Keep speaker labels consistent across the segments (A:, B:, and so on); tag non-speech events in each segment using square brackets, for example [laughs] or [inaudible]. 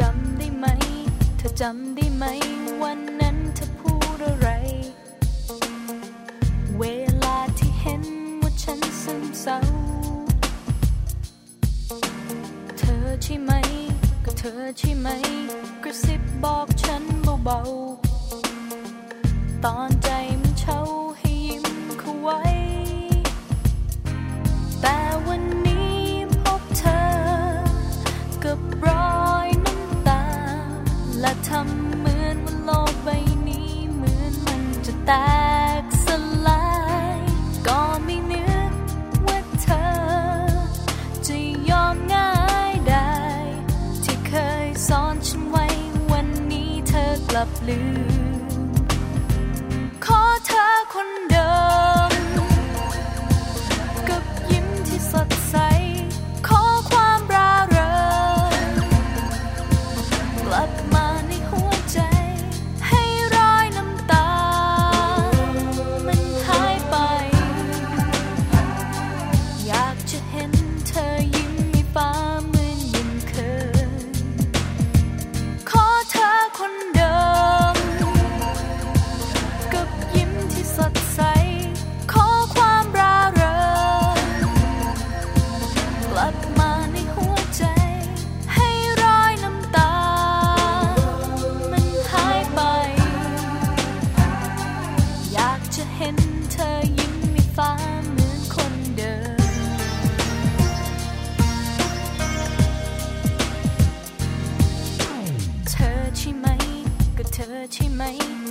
A: จำได้ไหม เธอจำได้ไหม วันนั้นเธอพูดอะไร เวลาที่เห็นว่าฉันซึมเศร้า เธอใช่ไหม ก็เธอใช่ไหม กระซิบบอกฉันเบาๆ ตอนใจมันเช่าให้ยิ้มเข้าไว้ แต่วันนี้พบเธอ กับรอยน้ำตา และทำเหมือนว่าโลกใบนี้เหมือนมันจะแตกสลาย ก็ไม่นึกว่าเธอ จะยอมง่ายได้ ที่เคยสอนฉันไว้วันนี้เธอกลับลืม ขอเธอคนเดิม กับยิ้มที่สดใส ขอความร่าเริงกลับมาในหัวใจ ให้รอยน้ำตา มันหายไป อยากจะเห็นเธอยิ้มให้ฟ้าเหมือนยิ้มเคย ขอเธอคนเดิม กับยิ้มที่สดใส ขอความร่าเริงกลับมาในหัวใจ ให้รอยน้ำตา มันหายไป อยากจะเห็นเธอยิ้มมีฟ้าเหมือนคนเดิม เธอใช่ไหม ก็เธอใช่ไหม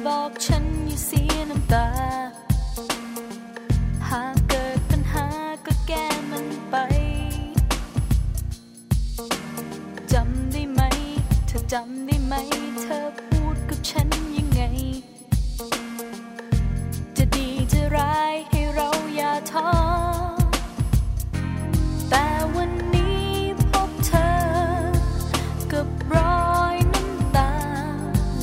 A: บอกฉันอย่าเสียน้ำตา หากเกิดปัญหาก็แก้มันไป จำได้ไหม เธอจำได้ไหม เธอพูดกับฉันยังไง จะดีจะร้ายให้เราอย่าท้อ แต่วันนี้พบเธอ กับรอยน้ำตา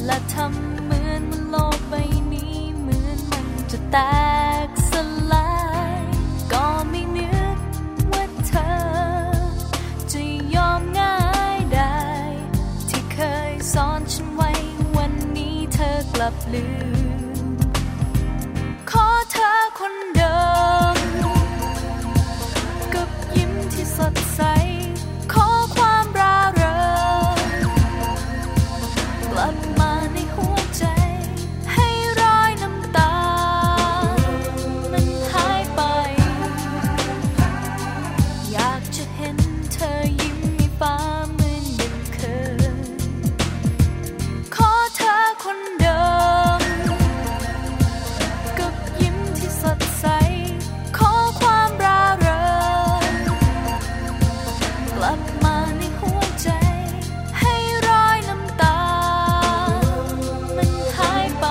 A: และทำเหมือนว่าโลกใบนี้เหมือนมันจะแตกสลาย ก็ไม่นึกว่าเธอ จะยอมง่ายได้ ที่เคยสอนฉันไว้วันนี้เธอกลับลืม ขอเธอคนเดิม กับยิ้มที่สดใส ขอความร่าเริงกลับมาในหัวใจ ให้รอยน้ำตา มันหายไป อยากจะเห็นเธอยิ้มมีฟ้าเหมือนยังเคย ขอเธอคนเดิม กับยิ้มที่สดใส ขอความร่าเริงกลับมาในหัวใจ ให้รอยน้ำตา มันหายไป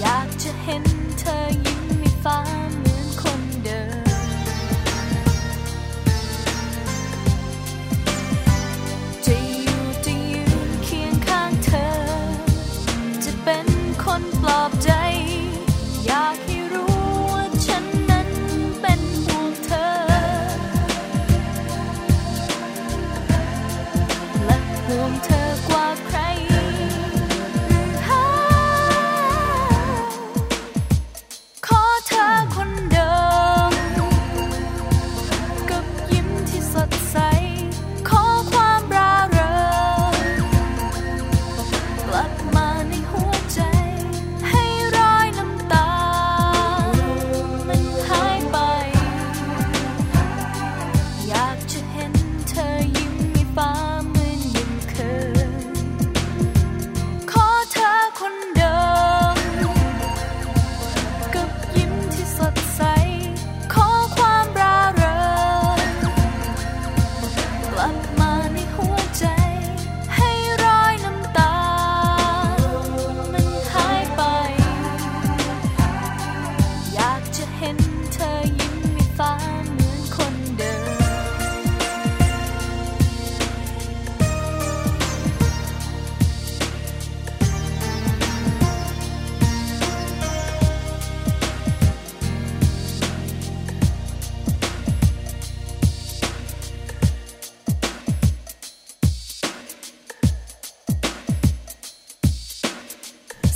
A: อยากจะเห็นเธอยิ้มมีฟ้าเหมือนคนเดิม จะอยู่จะยืนเคียงข้างเธอ จะเป็นคนปลอบใจ อยากให้รู้ว่าฉันนั้นเป็นห่วงเธอ และห่วงเธอกว่าใครหรือหาขอเธอคนเดิม กับยิ้มที่สดใส ขอความร่าเริงกลับมาในหัวใจ ให้รอยน้ำตา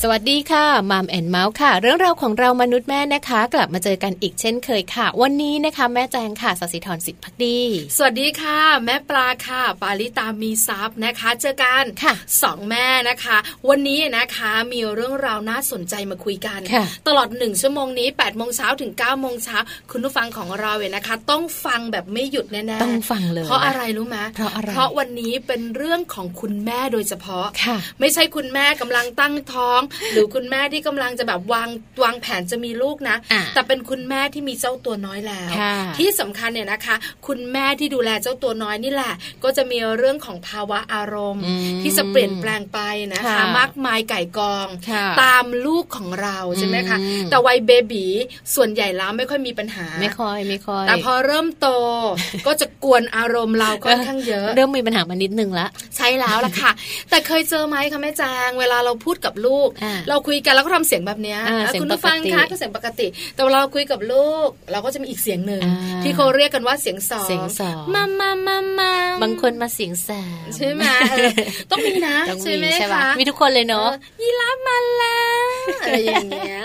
B: สวัสดีค่ะมามแอนเมาส์ค่ะ เรื่องราวของเรามนุษย์แม่นะคะ กลับมาเจอกันอีกเช่นเคยค่ะ วันนี้นะคะ แม่แจงค่ะสศิธรสิทธิพักดี
C: สวัสดีค่ะ แม่ปลาค่ะ ปาลิตามีซับนะคะ เจอกัน
B: ค่ะ
C: สองแม่นะคะ วันนี้นะคะมีเรื่องราวน่าสนใจมาคุยกัน
B: ค่ะ
C: ตลอดหนึ่งชั่วโมงนี้8ปดโมงเช้าถึง9ก้าโมงเช้าคุณผู้ฟังของเราเนี่ยนะคะ ต้องฟังแบบไม่หยุดแน่ๆ
B: ต้องฟังเลย
C: เพราะอะไรรู้ไหม
B: เพราะอะไร
C: เพราะวันนี้เป็นเรื่องของคุณแม่โดยเฉพาะ
B: ค่ะ
C: ไม่ใช่คุณแม่กำลังตั้งท้อง หรือคุณแม่ที่กำลังจะแบบวางวางแผนจะมีลูกนะ
B: อ่ะ
C: แต่เป็นคุณแม่ที่มีเจ้าตัวน้อยแล้ว
B: ค่ะ
C: ที่สำคัญเนี่ยนะคะ คุณแม่ที่ดูแลเจ้าตัวน้อยนี่แหละ ก็จะมีเรื่องของภาวะอารมณ์
B: อืม
C: ที่จะเปลี่ยนแปลงไปนะคะ
B: ค่ะ
C: มากมายไก่กอง
B: ค่ะ
C: ตามลูกของเราใช่ไหมคะ
B: อืม
C: แต่วัยเบบีส่วนใหญ่แล้วไม่ค่อยมีปัญหา
B: ไม่ค่อยไม่ค่อย
C: แต่พอเริ่มโต ก็จะกวนอารมณ์เราค่อนข้างเยอะ
B: เริ่มมีปัญหามานิดนึงละ
C: ใช่แล้วล่ะค่ะ [laughs] แต่เคยเจอไหมคะแม่จางเวลาเราพูดกับลูก
B: อ่า
C: เราคุยกันแล้วก็ทำเสียงแบบเนี้ย
B: อ่า
C: อ่ะ
B: เสียง
C: คุณผู้ฟัง
B: ปกติ
C: คะก็เสียงปกติ แต่เวลาเราคุยกับลูก เราก็จะมีอีกเสียงหนึ่ง
B: อ่า
C: ที่เขาเรียกกันว่าเสียงสอง
B: เสียงสอง
C: มามามามา
B: บางคนมาเสียงสาม
C: ใช่
B: [laughs]
C: ไหมเออต้องมีนะ
B: ต้อง
C: ใช่
B: มี
C: ไหม
B: ใช่ปะ
C: คะ
B: มีทุกคนเลยเนาะ
C: ออยีราฟมา
B: [laughs]
C: แล้วอะไรอย่างเงี้ย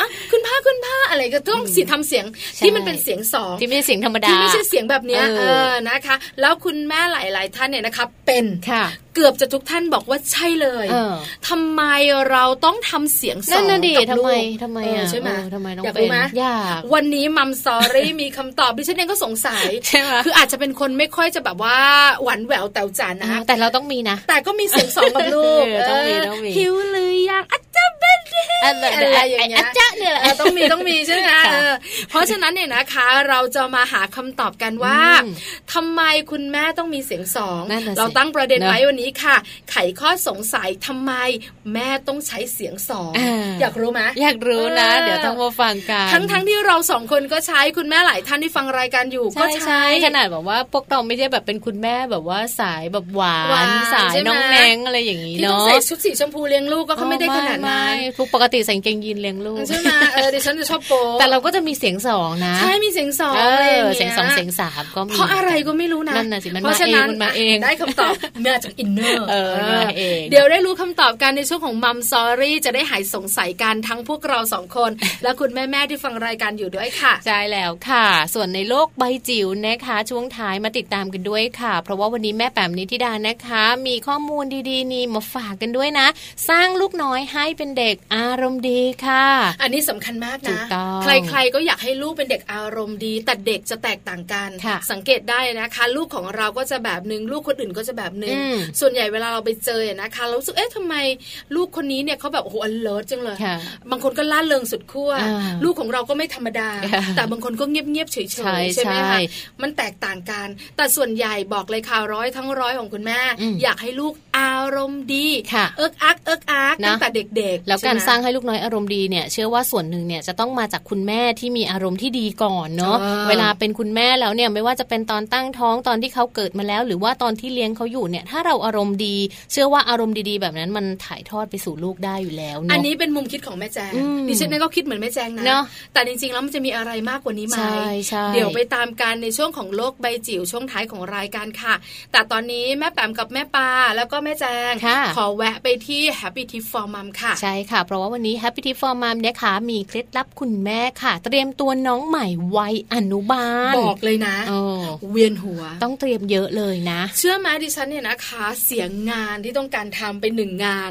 C: อ่ะคุณพ่อคุณพ่ออะไรก็ต้องสิทำเสียง
B: ใช่
C: ที่มันเป็นเสียงสอง
B: ที่ไม่ใช่เสียงธรรมดา
C: ที่ไม่ใช่เสียงแบบเนี้ย
B: เออ
C: เออนะคะ แล้วคุณแม่หลาย ๆ ท่านเนี่ยนะคะ เป็น
B: ค่ะ
C: เกือบจะทุกท่านบอกว่าใช่เลย
B: เออ
C: ทำไมเราต้องทำเสียงสอ
B: นั่น
C: ง
B: น่ะดิ
C: กับ
B: ทำ
C: ลู
B: ไม
C: ก
B: ทำไม
C: เออ
B: อ่ะ
C: ใช่ไหม
B: เออทำไมต้อง
C: อยาก
B: เป็
C: รู้
B: น
C: ไหม
B: อยาก
C: วันนี้มัมซอรี่มีคำตอบดิฉันเองก็สงสัย
B: ใช่ไหม
C: คืออาจจะเป็นคนไม่ค่อยจะแบบว่าหวานแหววแต่วจานนะ
B: แต่เราต้องมีนะ
C: แต่ก็มีเสียงสองกับลูก
B: เออต้องมีต้องมี
C: เหิวหรือยังอาจจะเป็น
B: อะไร
C: อะไรอย่างเงี้ย
B: ะจ๊ะเนี่ยแหละ
C: เออต้องมีต้องมีใช่ไหม
B: ค่ะ
C: เออเพราะฉะนั้นเนี่ยนะคะเราจะมาหาคำตอบกันว่า
B: อืม
C: ทำไมคุณแม่ต้องมีเสียงสอง
B: นั่นน่ะสิ
C: เราตั้งประเด็น
B: เนอะ
C: ไว้วันนี้ค่ะ ไขข้อสงสัยทำไมแม่ต้องใช้เสียงสอง
B: อ่า
C: อยากรู้ไหม
B: อยากรู้นะ
C: เออ
B: เดี๋ยวต้องมาฟังกัน
C: ทั้งทั้งที่เราสองคนก็ใช้คุณแม่หลายท่านที่ฟังรายการอยู่ก็
B: ใช่
C: ใช้
B: ใช่ขนาดแบบว่าพวกเราไม่ใช่แบบเป็นคุณแม่แบบว่าสายแบบหวา
C: หวาน น
B: สาย
C: ใช่ไหม
B: น้องแนงอะไรอย่างนี้
C: ที่ต้อง
B: เนาะ
C: ใส่ชุดสีชมพูเลี้ยงลูกก็เขาไม่ได้ขนาดนั้น
B: ไม่ไม่ปกติใส่กางเกงยีนเลี้ยงลูก
C: ใช่ไหมเออดิฉันจะชอบโป๊ะ
B: [laughs] แต่เราก็จะมีเสียงสองนะ
C: ใช่มีเสียงสอง
B: เอ
C: อะไร
B: อ
C: อา
B: เสียงสองเสียงสามก็มี
C: เพราะอะไรก็ไม่รู้นะ
B: นั่นน่ะสิมัน
C: เพราะฉะนั้น
B: มาเองมันมาเอง
C: ได้คำตอบ มาจากอินเนอร์
B: เออมาเอง
C: เดี๋ยวได้รู้คำตอบกันในช่วงของมัมซอรี่จะได้หายสงสัยกันทั้งพวกเราสองคน
B: [laughs]
C: และคุณแม่ๆที่ฟังรายการอยู่ด้วยค่ะ
B: ใช่แล้วค่ะ ส่วนในโลกใบจิ๋วนะคะ ช่วงท้ายมาติดตามกันด้วยค่ะ เพราะว่าวันนี้แม่แปมนิธิดานะคะ มีข้อมูลดีๆ นี่มาฝากกันด้วยนะ สร้างลูกน้อยให้เป็นเด็กอารมณ์ดีค่ะ
C: อันนี้สำคัญมาก
B: ถู
C: นะ
B: กต้อง
C: ใครๆก็อยากให้ลูกเป็นเด็กอารมณ์ดี แต่เด็กจะแตกต่างกัน
B: ค่ะ
C: สังเกตได้นะคะ ลูกของเราก็จะแบบหนึ่งลูกคนอื่นก็จะแบบหนึ่ง
B: อืม
C: ส่วนใหญ่เวลาเราไปเจอเนี่ยนะคะเรารู้สึกเอ๊ะทำไมลูกคนนี้เนี่ยเขาแบบโอ้โห alert จังเลย
B: ค่ะ
C: บางคนก็ล่าเริงสุดขั้ว
B: อ่า
C: ลูกของเราก็ไม่ธรรมดา
B: ค่ะ
C: แต่บางคนก็เงียบเงียบๆเฉย
B: ใช่
C: ๆใช่ไหม
B: ใช่
C: คะมันแตกต่างกัน แต่ส่วนใหญ่บอกเลยค่ะร้อยทั้งร้อยของคุณแม่
B: อืม
C: อยากให้ลูกอารมณ์ดี
B: ค่ะ
C: เอิกอักเอิกอัก
B: นะ
C: ตั้งแต่เด็กๆ
B: แล้ว
C: ใช่
B: การ
C: ไหม
B: สร้างให้ลูกน้อยอารมณ์ดีเนี่ย เชื่อว่าส่วนหนึ่งเนี่ยจะต้องมาจากคุณแม่ที่มีอารมณ์ที่ดีก่อนเนาะ
C: อ่า
B: เวลาเป็นคุณแม่แล้วเนี่ยไม่ว่าจะเป็นตอนตั้งท้องตอนที่เขาเกิดมาแล้ว หรือว่าตอนที่เลี้ยงเขาอยู่เนี่ย ถ้าเราอารมณ์ดี เชื่อว่าอารมณ์ดีๆ แบบนั้นมันถ่ายทอดไปสู่ลูกได้อยู่แล้วเนาะ
C: อันนี้เป็นมุมคิดของแม่แจง
B: อืม
C: ดิฉันเองก็คิดเหมือนแม่แจงนะ
B: เนอะ
C: แต่จริงๆ แล้วมันจะมีอะไรมากกว่านี้ไหม
B: ใช่ใช่
C: เดี๋ยวไปตามกันในช่วงของโลกใบจิ๋วช่วงท้ายของรายการค่ะ แต่ตอนนี้แม่แปมกับแม่ปาแล้วก็แม่แจง
B: ค่ะ
C: ขอแวะไปที่ Happy Tip for Mom ค่ะ
B: ใช่ค่ะ เพราะว่าวันนี้ Happy Tip for Mom เนี่ยค่ะมีเคล็ดลับคุณแม่ค่ะ เตรียมตัวน้องใหม่วัยอนุบาล
C: บอกเลยนะ
B: เออ
C: เวียนหัว
B: ต้องเตรียมเยอะเลยนะ
C: เชื่อไหมดิฉันเนี่ยนะคะ เสียงงานที่ต้องการทำเป็นหนึ่งงาน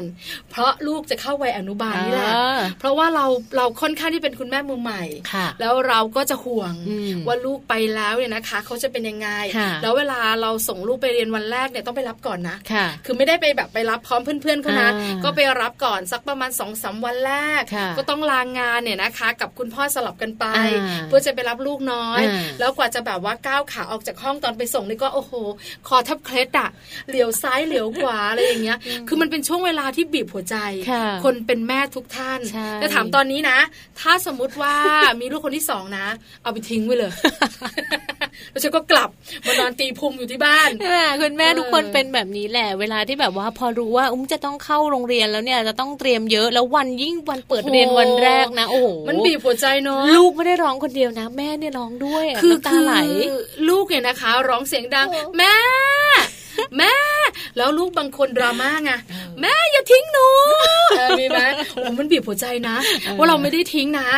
C: เพราะลูกจะเข้าวัยอนุบาลนี่แหละ
B: อ่า
C: เพราะว่าเราเราค่อนข้างที่เป็นคุณแม่มือใหม่
B: ค่ะ
C: แล้วเราก็จะห่วง
B: อืม
C: ว่าลูกไปแล้วเนี่ยนะคะเขาจะเป็นยังไง
B: ค่ะ
C: แล้วเวลาเราส่งลูกไปเรียนวันแรกเนี่ยต้องไปรับก่อนนะ
B: ค่ะ
C: คือไม่ได้ไปแบบไปรับพร้อมเพื่อนๆเขานะ
B: อ่า
C: ก็ไปรับก่อนสักประมาณ2อสามวันแรก
B: ค่ะ
C: ก็ต้องลางงานเนี่ยนะคะ กับคุณพ่อสลับกันไป
B: อ่า
C: เพื่อจะไปรับลูกน้อย
B: อ่า
C: แล้วกว่าจะแบบว่าก้าวขาออกจากห้องตอนไปส่งนี่ก็โอ้โห คอแทับเคล็ดอะเหลียวซ้ายเหลียวขวาอะไรอย่างเงี้ย คือมันเป็นช่วงเวลาที่บีบหัวใจ
B: ค่ะ
C: คนเป็นแม่ทุกท่าน
B: ใช่
C: แต่ถามตอนนี้นะ ถ้าสมมติว่า มีลูกคนที่สองนะ เอาไปทิ้งไว้เลย
B: [laughs]
C: แล้วฉันก็กลับมานอนตีพุงอยู่ที่บ้าน
B: อ่าคุณแม่
C: เออ
B: ทุกคนเป็นแบบนี้แหละ เวลาที่แบบว่าพอรู้ว่าอุ้มจะต้องเข้าโรงเรียนแล้วเนี่ยจะต้องเตรียมเยอะแล้ววันยิ่งวันเปิด
C: โอ้โห
B: เรียนวันแรกนะโอ้โห
C: มันบีบหัวใจเนาะ
B: ลูกไม่ได้ร้องคนเดียวนะ แม่เนี่ยร้องด้วยะ
C: คือ
B: น้ำตาไหล
C: คือลูกเนี่ยนะคะ ร้องเสียงดัง แม่ แม่ แล้วลูกบางคนดราม่าไงแม่อย่าทิ้งหนูเออมีไหมโอ้มันบีบหัวใจนะ ว่าเราไม่ได้ทิ้งนะ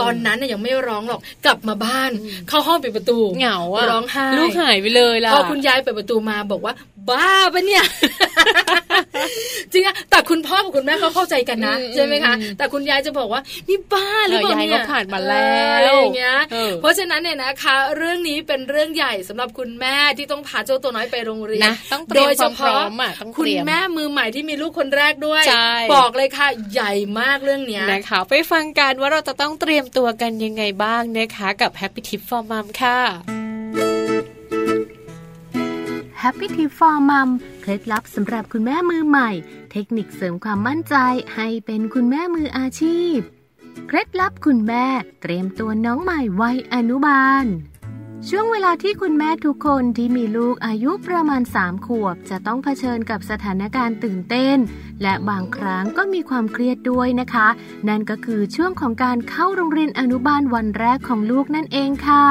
C: ตอนนั้นน่ะยังไม่ร้องหรอกกลับมาบ้าน เข้าห้องปิดประตู
B: เหงาอะ
C: ร้องไห้
B: ลูกหายไปเลยล่ะ
C: พอคุณยายเปิดประตูมาบอกว่า บ้าปะ
B: [laughs]
C: เนี่ย จริงอะแต่คุณพ่อกับคุณแม่เขาเข้าใจกันนะ
B: อืม
C: ใช่ไหมคะ
B: อืม
C: แต่คุณยายจะบอกว่านี่บ้าหรือเปล่า
B: เออยาย
C: เนี่ย
B: ก็ผ่านมาแล้ว
C: เอออะไรอย่างเงี้ย
B: เออ
C: เพราะฉะนั้นเนี่ยนะคะ เรื่องนี้เป็นเรื่องใหญ่สำหรับคุณแม่ที่ต้องพาเจ้าตัวน้อยไปโรงเรียน
B: นะต้องเตรี
C: โด
B: ยม
C: ยเฉ
B: ค
C: พาะ
B: วามพร้อมอะต้องเต
C: คุณ
B: รียม
C: แม่มือใหม่ที่มีลูกคนแรกด้วย
B: ใช่
C: บอกเลยค่ะ ใหญ่มากเรื่องเนี้ย
B: นะคะไปฟังกันว่าเราจะต้องเตรียมตัวกันยังไงบ้างนะคะ กับ Happy Tip for Mom ค่ะ
D: Happy Tip for Mom เคล็ดลับสำหรับคุณแม่มือใหม่ เทคนิคเสริมความมั่นใจให้เป็นคุณแม่มืออาชีพ เคล็ดลับคุณแม่เตรียมตัวน้องใหม่วัยอนุบาล ช่วงเวลาที่คุณแม่ทุกคนที่มีลูกอายุประมาณ 3 ขวบ จะต้องเผชิญกับสถานการณ์ตื่นเต้น และบางครั้งก็มีความเครียดด้วยนะคะ นั่นก็คือช่วงของการเข้าโรงเรียนอนุบาลวันแรกของลูกนั่นเองค่ะ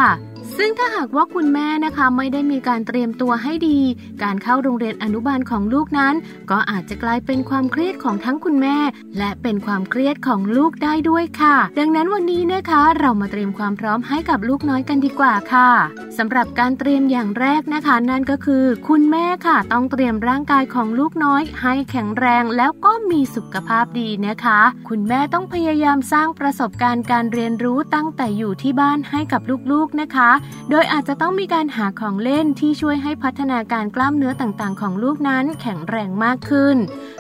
D: ซึ่งถ้าหากว่าคุณแม่นะคะไม่ได้มีการเตรียมตัวให้ดี การเข้าโรงเรียนอนุบาลของลูกนั้น ก็อาจจะกลายเป็นความเครียดของทั้งคุณแม่ และเป็นความเครียดของลูกได้ด้วยค่ะ ดังนั้นวันนี้นะคะ เรามาเตรียมความพร้อมให้กับลูกน้อยกันดีกว่าค่ะสำหรับการเตรียมอย่างแรกนะคะ นั่นก็คือ คุณแม่ค่ะ ต้องเตรียมร่างกายของลูกน้อย ให้แข็งแรงแล้วก็มีสุขภาพดีนะคะ คุณแม่ต้องพยายามสร้างประสบการณ์การเรียนรู้ตั้งแต่อยู่ที่บ้านให้กับลูกๆนะคะ โดยอาจจะต้องมีการหาของเล่นที่ช่วยให้พัฒนาการกล้ามเนื้อต่างๆ ของลูกนั้นแข็งแรงมากขึ้น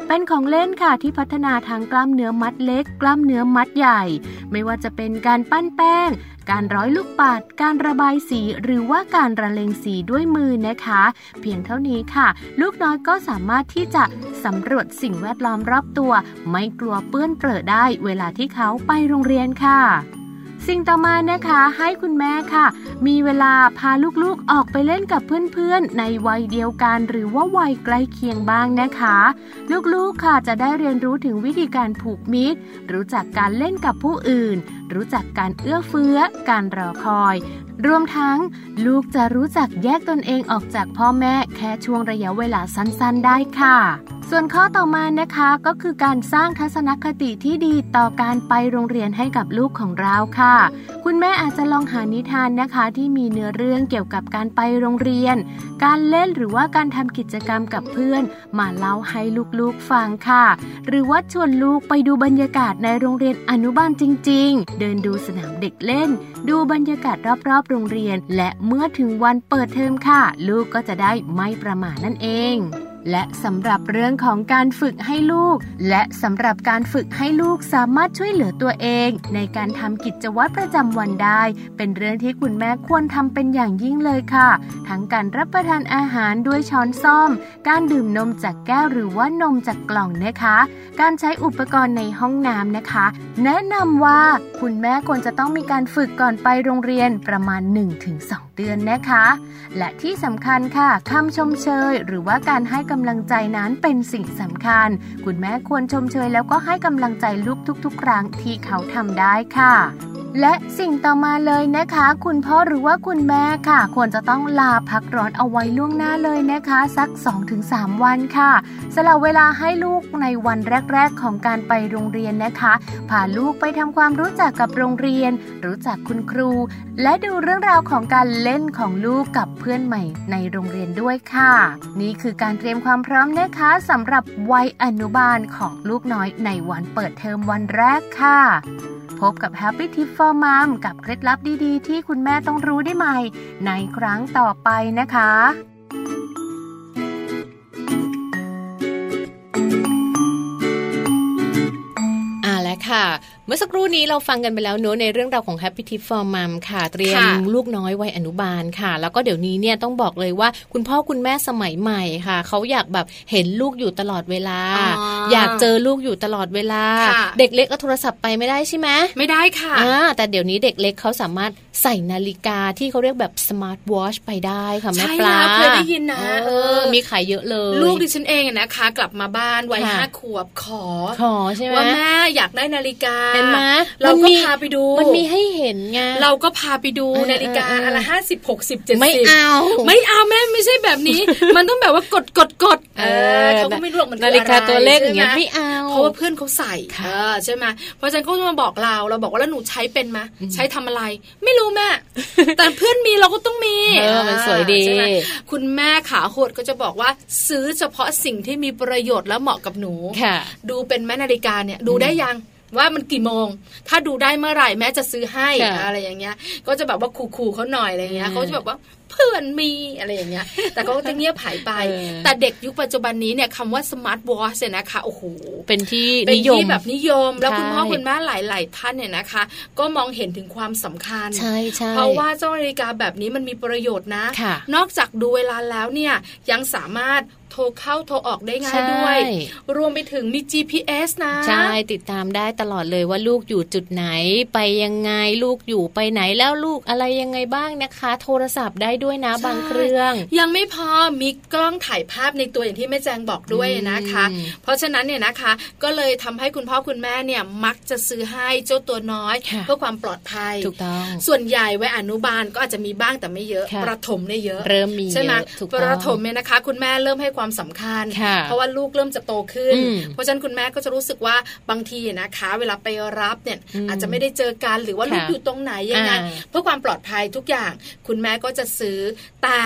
D: เป็นของเล่นค่ะที่พัฒนาทางกล้ามเนื้อมัดเล็ก กล้ามเนื้อมัดใหญ่ ไม่ว่าจะเป็นการปั้นแป้ง การร้อยลูกปัด การระบายสี หรือว่าการระเลงสีด้วยมือนะคะ เพียงเท่านี้ค่ะ ลูกน้อยก็สามารถที่จะสำรวจสิ่งแวดล้อมรอบตัว ไม่กลัวเปื้อนเปื้อได้ เวลาที่เขาไปโรงเรียนค่ะ สิ่งต่อมานะคะให้คุณแม่ค่ะ มีเวลาพาลูกๆออกไปเล่นกับเพื่อนๆ ในวัยเดียวกัน หรือว่าวัยใกล้เคียงบ้างนะคะ ลูกๆค่ะจะได้เรียนรู้ถึงวิธีการผูกมิตร รู้จักการเล่นกับผู้อื่น รู้จักการเอื้อเฟื้อ การรอคอย รวมทั้ง ลูกจะรู้จักแยกตนเองออกจากพ่อแม่แค่ช่วงระยะเวลาสั้นๆ ได้ค่ะ ส่วนข้อต่อมานะคะก็คือการสร้างทัศนคติที่ดีต่อการไปโรงเรียนให้กับลูกของเราค่ะ คุณแม่อาจจะลองหานิทานนะคะ ที่มีเนื้อเรื่องเกี่ยวกับการไปโรงเรียน การเล่นหรือว่าการทำกิจกรรมกับเพื่อน มาเล่าให้ลูกๆฟังค่ะ หรือว่าชวนลูกไปดูบรรยากาศในโรงเรียนอนุบาลจริง ๆ เดินดูสนามเด็กเล่น ดูบรรยากาศรอบๆ โรงเรียน และเมื่อถึงวันเปิดเทอมค่ะ ลูกก็จะได้ไม่ประมาทนั่นเอง และสำหรับเรื่องของการฝึกให้ลูก และสำหรับการฝึกให้ลูกสามารถช่วยเหลือตัวเอง ในการทำกิจวัตรประจำวันได้ เป็นเรื่องที่คุณแม่ควรทำเป็นอย่างยิ่งเลยค่ะ ทั้งการรับประทานอาหารด้วยช้อนส้อม การดื่มนมจากแก้วหรือว่านมจากกล่องนะคะ การใช้อุปกรณ์ในห้องน้ำนะคะ แนะนำว่าคุณแม่ควรจะต้องมีการฝึกก่อนไปโรงเรียนประมาณ 1-2 เดือนนะคะ และที่สำคัญค่ะคำชมเชย หรือว่าการให้กำลังใจนั้นเป็นสิ่งสำคัญ คุณแม่ควรชมเชยแล้วก็ให้กำลังใจลูกทุกๆ ครั้งที่เขาทำได้ค่ะ และสิ่งต่อมาเลยนะคะ คุณพ่อหรือว่าคุณแม่ค่ะ ควรจะต้องลาพักร้อนเอาไว้ล่วงหน้าเลยนะคะ สัก 2-3 วันค่ะ สละเวลาให้ลูกในวันแรก ๆ ของการไปโรงเรียนนะคะ พาลูกไปทำความรู้จักกับโรงเรียน รู้จักคุณครู และดูเรื่องราวของการเล่นของลูกกับเพื่อนใหม่ในโรงเรียนด้วยค่ะ นี่คือการเตรียมความพร้อมนะคะสำหรับวัยอนุบาลของลูกน้อยในวันเปิดเทอมวันแรกค่ะ พบกับ Happy Tip for Mom กับเคล็ดลับดีๆ ที่คุณแม่ต้องรู้ได้ใหม่ ในครั้งต่อไปนะคะ
B: อ่าแล้วค่ะ เมื่อสักครู่นี้เราฟังกันไปแล้วเนอะในเรื่องราวของ Happy Tip for Mom ค่ะ เตรียม
C: ค่ะ
B: ลูกน้อยวัยอนุบาลค่ะ แล้วก็เดี๋ยวนี้เนี่ยต้องบอกเลยว่า คุณพ่อคุณแม่สมัยใหม่ค่ะ เขาอยากแบบเห็นลูกอยู่ตลอดเวลา
C: อ๋ออย
B: อากเจอลูกอยู่ตลอดเวลา
C: ค่ะ
B: เด็กเล็กเอาโทรศัพท์ไปไม่ได้ใช่ไหม
C: ไม่ได้ค่ะ
B: อ่าแต่เดี๋ยวนี้เด็กเล็กเขาสามารถใส่นาฬิกาที่เขาเรียกแบบสมาร์ทวอชไปได้ค่ะแม่
C: ใช่
B: ปลา
C: แล้วเคยได้ยินนะ
B: เอ
C: เอ
B: อ
C: อ
B: มีขายเยอะเลย
C: ลูกดิฉันเองอะนะคะ กลับมาบ้านวัย
B: ค่ะ
C: ห้าขวบขอ
B: ขอใช่ไหม
C: ว่าแม่อยากได้นาฬิกา
B: เ เห็นไหม
C: เรา
B: น
C: ก็
B: มี
C: พาไปดู
B: มันมีให้เห็นไง
C: เราก็พาไปดู
B: เออ
C: นาฬิกา
B: เออเออ
C: อนละห้าสิบหกสิบเจ็ด
B: ไม่
C: สิบ
B: เอา
C: ไม่เอาแม่ไม่ใช่แบบนี้ มันต้องแบบว่ากดกดกดเออเขาก็ไม่รู้หรอกมันคือ
B: นาฬิกา
C: อะไร
B: ตัวเลขอย่างเงี้ย
C: ใช่ห
B: ไม่เอา
C: เพราะว่าเพื่อนเขาใส่
B: ค่ะ
C: เออใช่ไหมเพราะฉะนันเขาจะมาบอกเราเราบอกว่าแล้วหนูใช้เป็นไหมใช้ทำอะไร ไม่รู้
B: [laughs]
C: แม่ แต่เพื่อนมีเราก็ต้องมี
B: เออมันสวยดี
C: ใช่ไหมคุณแม่ขาโหดก็จะบอกว่า ซื้อเฉพาะสิ่งที่มีประโยชน์และเหมาะกับหนู
B: ค่ะ
C: ดูเป็นแม่นาฬิกาเนี่ยดูได้ยังว่ามันกี่โมง ถ้าดูได้เมื่อไหร่แม่จะซื้อให้
B: ค่ะ
C: อะไรอย่างเงี้ย ก็จะแบบว่าขู่ๆเขาหน่อยอะไรเงี้ย
B: อืม
C: เขาจะแบบว่าเพื่อนมีอะไรอย่างเงี้ย
B: [laughs]
C: แต่เขาก็จะเงียบหายไป
B: เออ
C: แต่เด็กยุคปัจจุบันนี้เนี่ยคำว่าสมาร์ทวอชเนี่ยนะคะโอ้โห
B: เป็นที่
C: เป็น
B: นิยม
C: ที่แบบนิยม แล้ว
B: ใช่
C: คุณพ่อคุณแม่หลาย ๆ ท่านเนี่ยนะคะ ก็มองเห็นถึงความสำคัญ
B: ใช่ใช่
C: เพราะว่าเจ้านาฬิกาแบบนี้มันมีประโยชน์นะ
B: ค่ะ
C: นอกจากดูเวลาแล้วเนี่ยยังสามารถโทรเข้าโทรออกได้ง่าย
B: ใช่
C: ด้วย รวมไปถึงมี GPS นะ
B: ใช่ติดตามได้ตลอดเลยว่าลูกอยู่จุดไหนไปยังไงลูกอยู่ไปไหนแล้วลูกอะไรยังไงบ้างนะคะ โทรศัพท์ได้ด้วยนะ
C: ใช่
B: บางเครื่อง
C: ยังไม่พอมีกล้องถ่ายภาพในตัวอย่างที่แม่แจงบอกด้วยนะคะ
B: อืม
C: เพราะฉะนั้นเนี่ยนะคะ ก็เลยทำให้คุณพ่อคุณแม่เนี่ยมักจะซื้อให้เจ้าตัวน้อย
B: ค่ะ
C: เพื่อความปลอดภัย
B: ถูกต้อง
C: ส่วนใหญ่ไว้อนุบาลก็อาจจะมีบ้างแต่ไม่เยอะ
B: ค่ะ
C: ประถมเนี่ยเยอะ
B: เริ่มมี
C: ใช่ไหม
B: เยอะถูก
C: ป
B: ต้อง
C: ระถมเนี่ยนะคะ คุณแม่เริ่มให้ความสำคัญ
B: ค่ะ
C: เพราะว่าลูกเริ่มจะโตขึ้น
B: อืม
C: เพราะฉะนั้นคุณแม่ก็จะรู้สึกว่าบางทีนะคะ เวลาไปรับเนี่ย
B: อืม
C: อาจจะไม่ได้เจอกันหรือว่า
B: ค่ะ
C: ลูกอยู่ตรงไหนยังไง
B: อ่า
C: เพื่อความปลอดภัยทุกอย่าง คุณแม่ก็จะซื้อแต่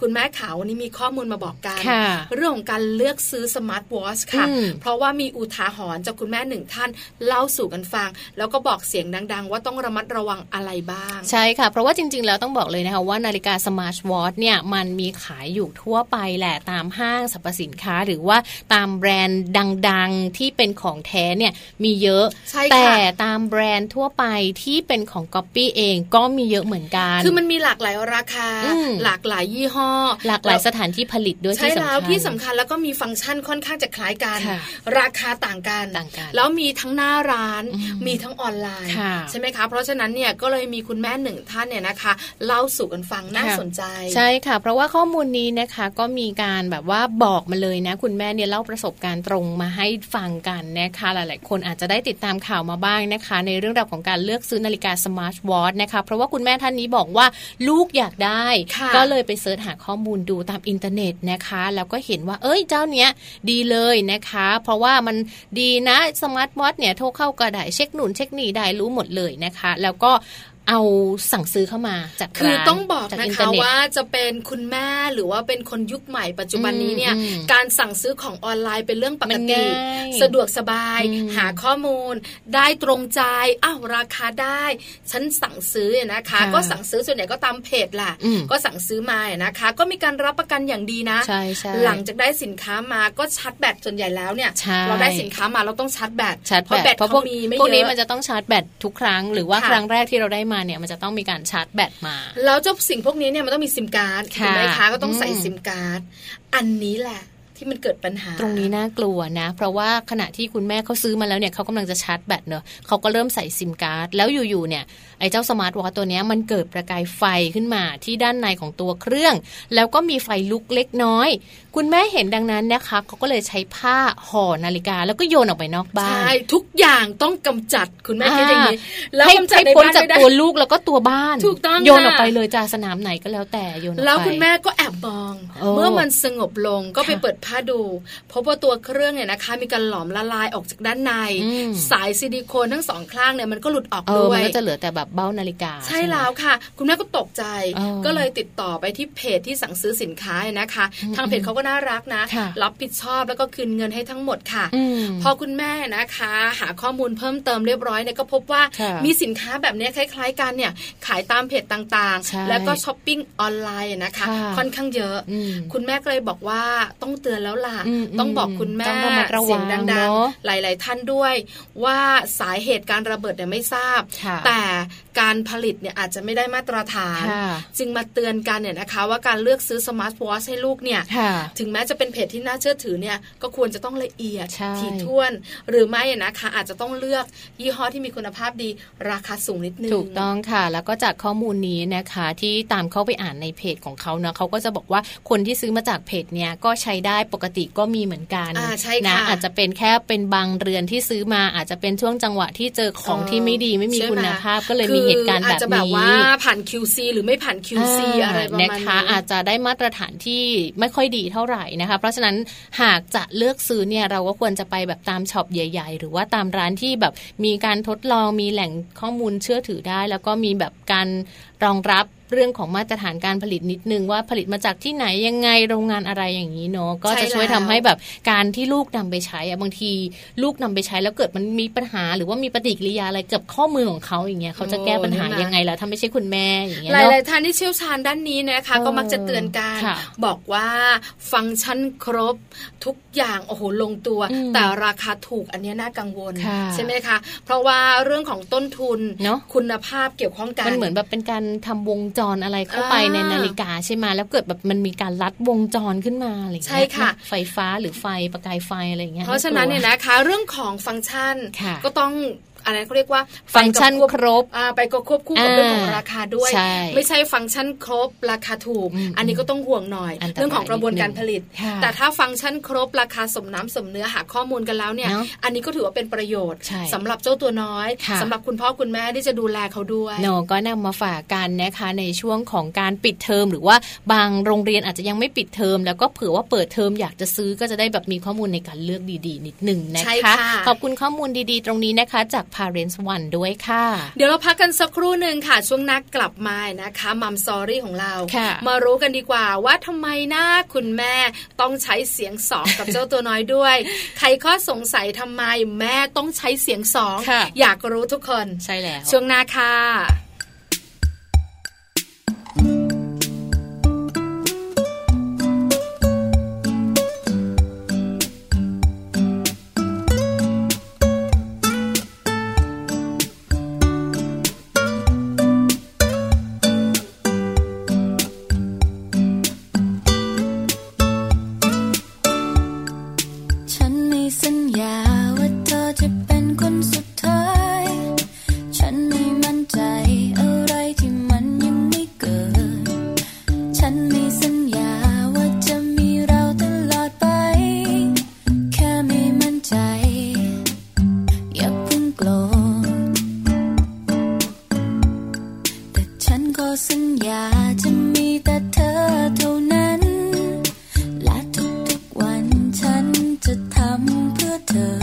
C: คุณแม่ขาววันนี้มีข้อมูลมาบอกกัน
B: ค่ะ
C: เรื่องของการเลือกซื้อสมาร์ทวอชค่ะ
B: อืม
C: เพราะว่ามีอุทาหรณ์จากคุณแม่หนึ่งท่านเล่าสู่กันฟัง แล้วก็บอกเสียงดัง ๆ ว่าต้องระมัดระวังอะไรบ้าง
B: ใช่ค่ะ เพราะว่าจริง ๆ แล้วต้องบอกเลยนะคะว่านาฬิกาสมาร์ทวอทเนี่ยมันมีขายอยู่ทั่วไปแหละตามห้างสรรพสินค้า หรือว่าตามแบรนด์ดังๆ ที่เป็นของแท้เนี่ยมีเยอะ
C: ใช่ค่ะ
B: แต่ตามแบรนด์ทั่วไปที่เป็นของก๊อปปี้เองก็มีเยอะเหมือนกัน
C: คือมันมีหลากหลายราคา
B: อืม
C: หลากหลายยี่ห้อ
B: หลากหลายสถานที่ผลิตด้วย
C: ใช่
B: ที่สำคัญ
C: แล้วที่สำคัญแล้วก็มีฟังก์ชันค่อนข้างจะคล้ายกัน
B: ค่ะ
C: ราคาต่างกัน
B: ต่างกัน
C: แล้วมีทั้งหน้าร้าน
B: อืม
C: มีทั้งออนไลน์
B: ค่ะ
C: ใช่ไหมคะ เพราะฉะนั้นเนี่ยก็เลยมีคุณแม่หนึ่งท่านเนี่ยนะคะ เล่าสู่กันฟังน่า
B: ค่ะ
C: สนใจ
B: ใช่ค่ะ เพราะว่าข้อมูลนี้นะคะก็มีการแบบว่าบอกมาเลยนะ คุณแม่เนี่ยเล่าประสบการณ์ตรงมาให้ฟังกันนะคะ หลาย ๆ คนอาจจะได้ติดตามข่าวมาบ้างนะคะ ในเรื่องราวของการเลือกซื้อนาฬิกาสมาร์ทวอทนะคะ เพราะว่าคุณแม่ท่านนี้บอกว่าลูกอยากได้
C: ค่ะ
B: ก็เลยไปเสิร์ชหาข้อมูลดูตามอินเทอร์เน็ตนะคะ แล้วก็เห็นว่าเอ้ยเจ้าเนี้ยดีเลยนะคะ เพราะว่ามันดีนะสมาร์ทวอทเนี่ยโทรเข้าก็ได้เช็คหนุนเช็คนี่ได้รู้หมดเลยนะคะ แล้วก็เอาสั่งซื้อเข้ามาจาก
C: คือ
B: ร้าน
C: ต้องบอก
B: จาก
C: นะ
B: อิเทอ
C: คะ
B: ร์เน็ต
C: ว่าจะเป็นคุณแม่หรือว่าเป็นคนยุคใหม่ปัจจุบันนี้เนี่ย
B: อืมอืม
C: การสั่งซื้อของออนไลน์เป็นเรื่องป
B: มั
C: ก
B: น
C: ติ
B: ง่าย
C: สะดวกสบาย
B: อืม
C: หาข้อมูล ได้ตรงใจอ้าวราคาได้ ฉันสั่งซื้อนะคะ
B: ค่ะ
C: ก็สั่งซื้อส่วนใหญ่ก็ตามเพจแหละ
B: อืม
C: ก็สั่งซื้อมานะคะ ก็มีการรับประกันอย่างดีนะ
B: ใช่ใช่
C: หลังจากได้สินค้ามาก็ชาร์จแบตส่วนใหญ่แล้วเนี่ย
B: ใช่
C: เราได้สินค้ามาเราต้องชาร์จแบต
B: ชาร์จ
C: เพราะแบ
B: แบ
C: ต
B: ตเพราะพ
C: เขา
B: วก
C: มีไม่
B: พวก
C: เย
B: นี้
C: อะ
B: มันจะต้องชาร์จแบตทุกครั้ง หรือว่า
C: ค่ะ
B: ครั้งแรกที่เราได้มาเนี่ยมันจะต้องมีการชาร์จแบตมา
C: แล้วเจ้าสิ่งพวกนี้เนี่ยมันต้องมีซิมการ์ด
B: ค่ะ
C: ถูกไหมคะก็ต้องใส่
B: อืม
C: ซิมการ์ดอันนี้แหละ ที่มันเกิดปัญหา
B: ตรงนี้น่ากลัวนะ เพราะว่าขณะที่คุณแม่เขาซื้อมาแล้วเนี่ยเขากำลังจะชาร์จแบตเนอะเขาก็เริ่มใส่ซิมการ์ดแล้วอยู่ๆเนี่ยไอ้เจ้าสมาร์ทวอทตัวเนี้ยมันเกิดประกายไฟขึ้นมาที่ด้านในของตัวเครื่อง แล้วก็มีไฟลุกเล็กน้อย คุณแม่เห็นดังนั้นนะคะเขาก็เลยใช้ผ้าห่อนาฬิกา แล้วก็โยนออกไปนอกบ้าน
C: ใช่ทุกอย่างต้องกำจัดคุณแม่
B: อ่า
C: คิดอย่างนี้แล้ว
B: ให้
C: กำจัด
B: ให้
C: ใน
B: พ้น
C: บ้าน
B: จาก
C: ไม่ได้
B: ตัวลูกแล้วก็ตัวบ้าน
C: ถูกต้อง
B: โยน
C: ค่ะ
B: ออกไปเลยจ้าสนามไหนก็แล้วแต่โยนออกไป
C: แล้วคุณแม่ก็แอบมอง
B: โอ้
C: เมื่อมันสงบลงก็ไป
B: ค่ะ
C: เปิดผ้าดูพบว่าตัวเครื่องเนี่ยนะคะ มีการหลอมละลายออกจากด้านใน
B: อืม
C: สายซิลิโคนทั้งสองข้างเนี่ยมันก็หลุดออก
B: เออ
C: ด้ว
B: มัน
C: ย
B: ก็จะเหลือแต่แบบเบ้านาฬิกา
C: ใช่
B: ไหม
C: แล้วค่ะ คุณแม่ก็ตกใจ
B: เออ
C: ก็เลยติดต่อไปที่เพจที่สั่งซื้อสินค้านะคะ
B: อืม
C: ทางเพจเขาก็น่ารักนะ
B: ค่ะ
C: รับผิดชอบแล้วก็คืนเงินให้ทั้งหมดค่ะ
B: อืม
C: พอคุณแม่นะคะ หาข้อมูลเพิ่มเติมเรียบร้อยเนี่ยก็พบว่า
B: ค่ะ
C: มีสินค้าแบบเนี้ยคล้าย ๆ กันเนี่ยขายตามเพจต่าง
B: ใช่
C: ๆ แล้วก็ช้อปปิ้งออนไลน์นะคะ
B: ค่ะ
C: ค่อนข้างเยอะ
B: อืม
C: คุณแม่ก็เลยบอกว่าต้องเตือนแล้วล่ะ
B: อืม
C: ต้องบอกคุณแม่
B: ต้องระมัดระวัง
C: เสียงดัง
B: เนอะ
C: ๆ หลาย ๆ ท่านด้วย ว่าสาเหตุการระเบิดเนี่ยไม่ทราบ
B: ค่ะ
C: แต่ การผลิตเนี่ยอาจจะไม่ได้มาตรฐาน
B: ค่ะ
C: จึงมาเตือนกันเนี่ยนะคะ ว่าการเลือกซื้อสมาร์ทวอทชให้ลูกเนี่ย
B: ค่ะ
C: ถึงแม้จะเป็นเพจที่น่าเชื่อถือเนี่ยก็ควรจะต้องละเอียด
B: ใช่
C: ถี่ถ้วน หรือไม่อะนะคะ อาจจะต้องเลือกยี่ห้อที่มีคุณภาพดีราคาสูงนิดนึง
B: ถูกต้องค่ะ แล้วก็จากข้อมูลนี้นะคะที่ตามเข้าไปอ่านในเพจของเขานะเขาก็จะบอกว่าคนที่ซื้อมาจากเพจเนี้ยก็ใช้ได้ปกติก็มีเหมือนกัน
C: อ่าใช่
B: นะ
C: ค่ะ
B: อาจจะเป็นแค่เป็นบางเรือนที่ซื้อมาอาจจะเป็นช่วงจังหวะที่เจอของ
C: เออ
B: ที่ไม่ดีไม่มี
C: ใช่ไหม
B: คุณภาพก็เลยมีเหตุการณ์
C: คื
B: แบ
C: ออา
B: บ
C: จจะแบบ
B: นี้
C: ว่าผ่าน QC หรือไม่ผ่าน QC อะไรประมา
B: นะ
C: ณนี้
B: คะอาจจะได้มาตรฐานที่ไม่ค่อยดีเท่าไหร่นะคะ เพราะฉะนั้นหากจะเลือกซื้อเนี่ยเราก็ควรจะไปแบบตามช็อปใหญ่ ๆ หรือว่าตามร้านที่แบบมีการทดลองมีแหล่งข้อมูลเชื่อถือได้ แล้วก็มีแบบการรองรับเรื่องของมาตรฐานการผลิตนิดนึงว่าผลิตมาจากที่ไหนยังไงโรงงานอะไรอย่างนี้เนาะก็จะช่วยทำให้แบบการที่ลูกนำไปใช้อะบางทีลูกนำไปใช้แล้วเกิดมันมีปัญหา หรือว่ามีปฏิกิริยาอะไรกับข้อมือของเขาอย่างเงี้ยเขาจะแก้ปัญหายังไงล่ะถ้าไม่ใช่คุณแม่อย่างเงี้ย
C: หลา
B: เนาะ
C: ย ๆ ท่านที่เชี่ยวชาญด้านนี้นะคะ
B: เออ
C: ก็มักจะเตือนการ
B: ค่ะ
C: บอกว่าฟังก์ชันครบทุกอย่างโอ้โหลงตัว
B: อืม
C: แต่ราคาถูกอันเนี้ยน่ากังวล
B: ค่ะ
C: ใช่ไหมคะ เพราะว่าเรื่องของต้นทุน
B: เนอะ
C: คุณภาพเกี่ยวข้องกัน
B: มันเหมือนแบบเป็นการทำวงจรอะไรเข้าไป
C: อ่า
B: ในนาฬิกาใช่ไหมแล้วเกิดแบบมันมีการลัดวงจรขึ้นมาอะไรอย่างเงี้ย
C: ใช่ค่ะ
B: นไฟฟ้าหรือไฟประกายไฟอะไรอย่งเงี้ย
C: เพราะฉะนั้นเนี่ยนะคะเรื่องของฟังก์ชัน
B: ค่ะ
C: ก็ต้องอะไรเขาเรียกว่า
B: ฟังก์ชัน
C: ไปกับ
B: ครบ
C: อ่าไปก็ควบคู่กับ
B: อ่า
C: เรื่องของราคาด้วย
B: ใช่
C: ไม่ใช่ฟังก์ชันครบราคาถูก
B: อืม
C: อันนี้ก็ต้องห่วงหน่อย
B: อันตราย
C: เรื่องของกระบวนการผลิต
B: ค่ะ
C: แต่ถ้าฟังก์ชันครบราคาสมน้ำสมเนื้อหาข้อมูลกันแล้วเนี่ย
B: เนอะ
C: อันนี้ก็ถือว่าเป็นประโยชน์
B: ใช่
C: สำหรับเจ้าตัวน้อย
B: ค่ะ
C: สำหรับคุณพ่อคุณแม่ที่จะดูแลเขาด้วย
B: เนอะก็นำมาฝากกันนะคะในช่วงของการปิดเทอม หรือว่าบางโรงเรียนอาจจะยังไม่ปิดเทอม แล้วก็เผื่อว่าเปิดเทอมอยากจะซื้อก็จะได้แบบมีข้อมูลในการเลือกดีๆ นิดหนึ่งนะ
C: ใช่
B: คะ
C: ค่ะ
B: ขอบคุณข้อมูลดีๆ ตรงนี้นะคะ จาก Parents One ด้วยค่ะ
C: เดี๋ยวเราพักกันสักครู่หนึ่งค่ะ ช่วงหนักกลับมานะคะมัมซอรี่ของเรา
B: ค่ะ
C: มารู้กันดีกว่าว่าทำไมหน้าคุณแม่ต้องใช้เสียงสองกับเจ้าตัวน้อยด้วย
B: [laughs]
C: ใครข้อสงสัยทำไมแม่ต้องใช้เสียงสอง
B: ค่ะ
C: อยากรู้ทุกคน
B: ใช่แล้ว
C: ช่วงหน้าค่ะ
A: ฉันไม่สัญญาว่าเธอจะเป็นคนสุดท้าย ฉันไม่มั่นใจอะไรที่มันยังไม่เกิด ฉันไม่สัญญาว่าจะมีเราตลอดไป แค่ไม่มั่นใจ อย่าเพิ่งโกรธ แต่ฉันก็สัญญาจะมีแต่เธอเท่านั้น และทุกๆวันฉันจะทำเพื่อเธอ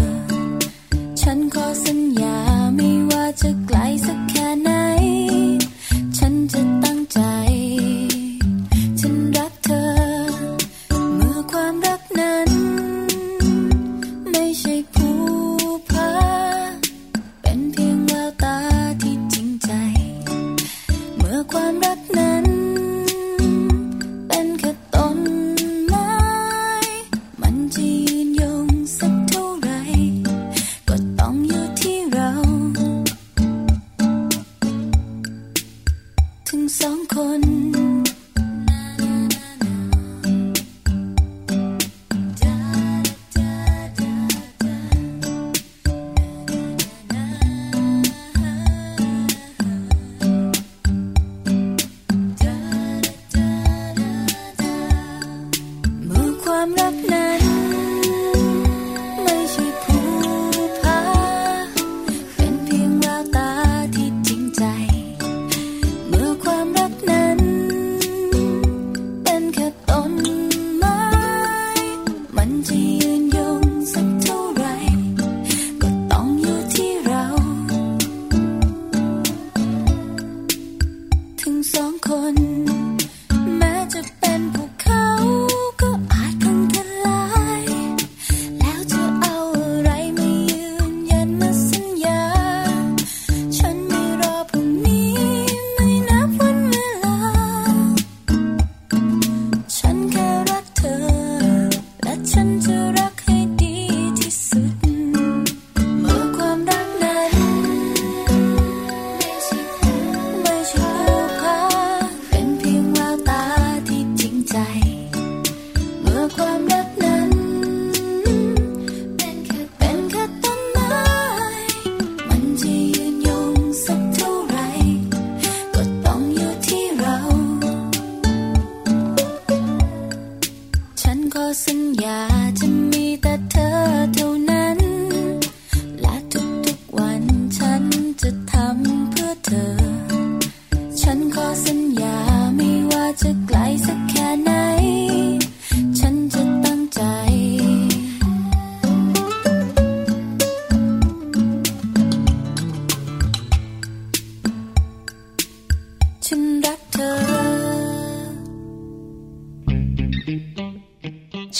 A: ฉันขอสัญญาไม่ว่าจะไกลสักแค่ไหน ฉันจะตั้งใจ ฉันรักเธอ เมื่อความรักนั้น ไม่ใช่ผู้พา เป็นเพียงแววตาที่จริงใจ เมื่อความรัก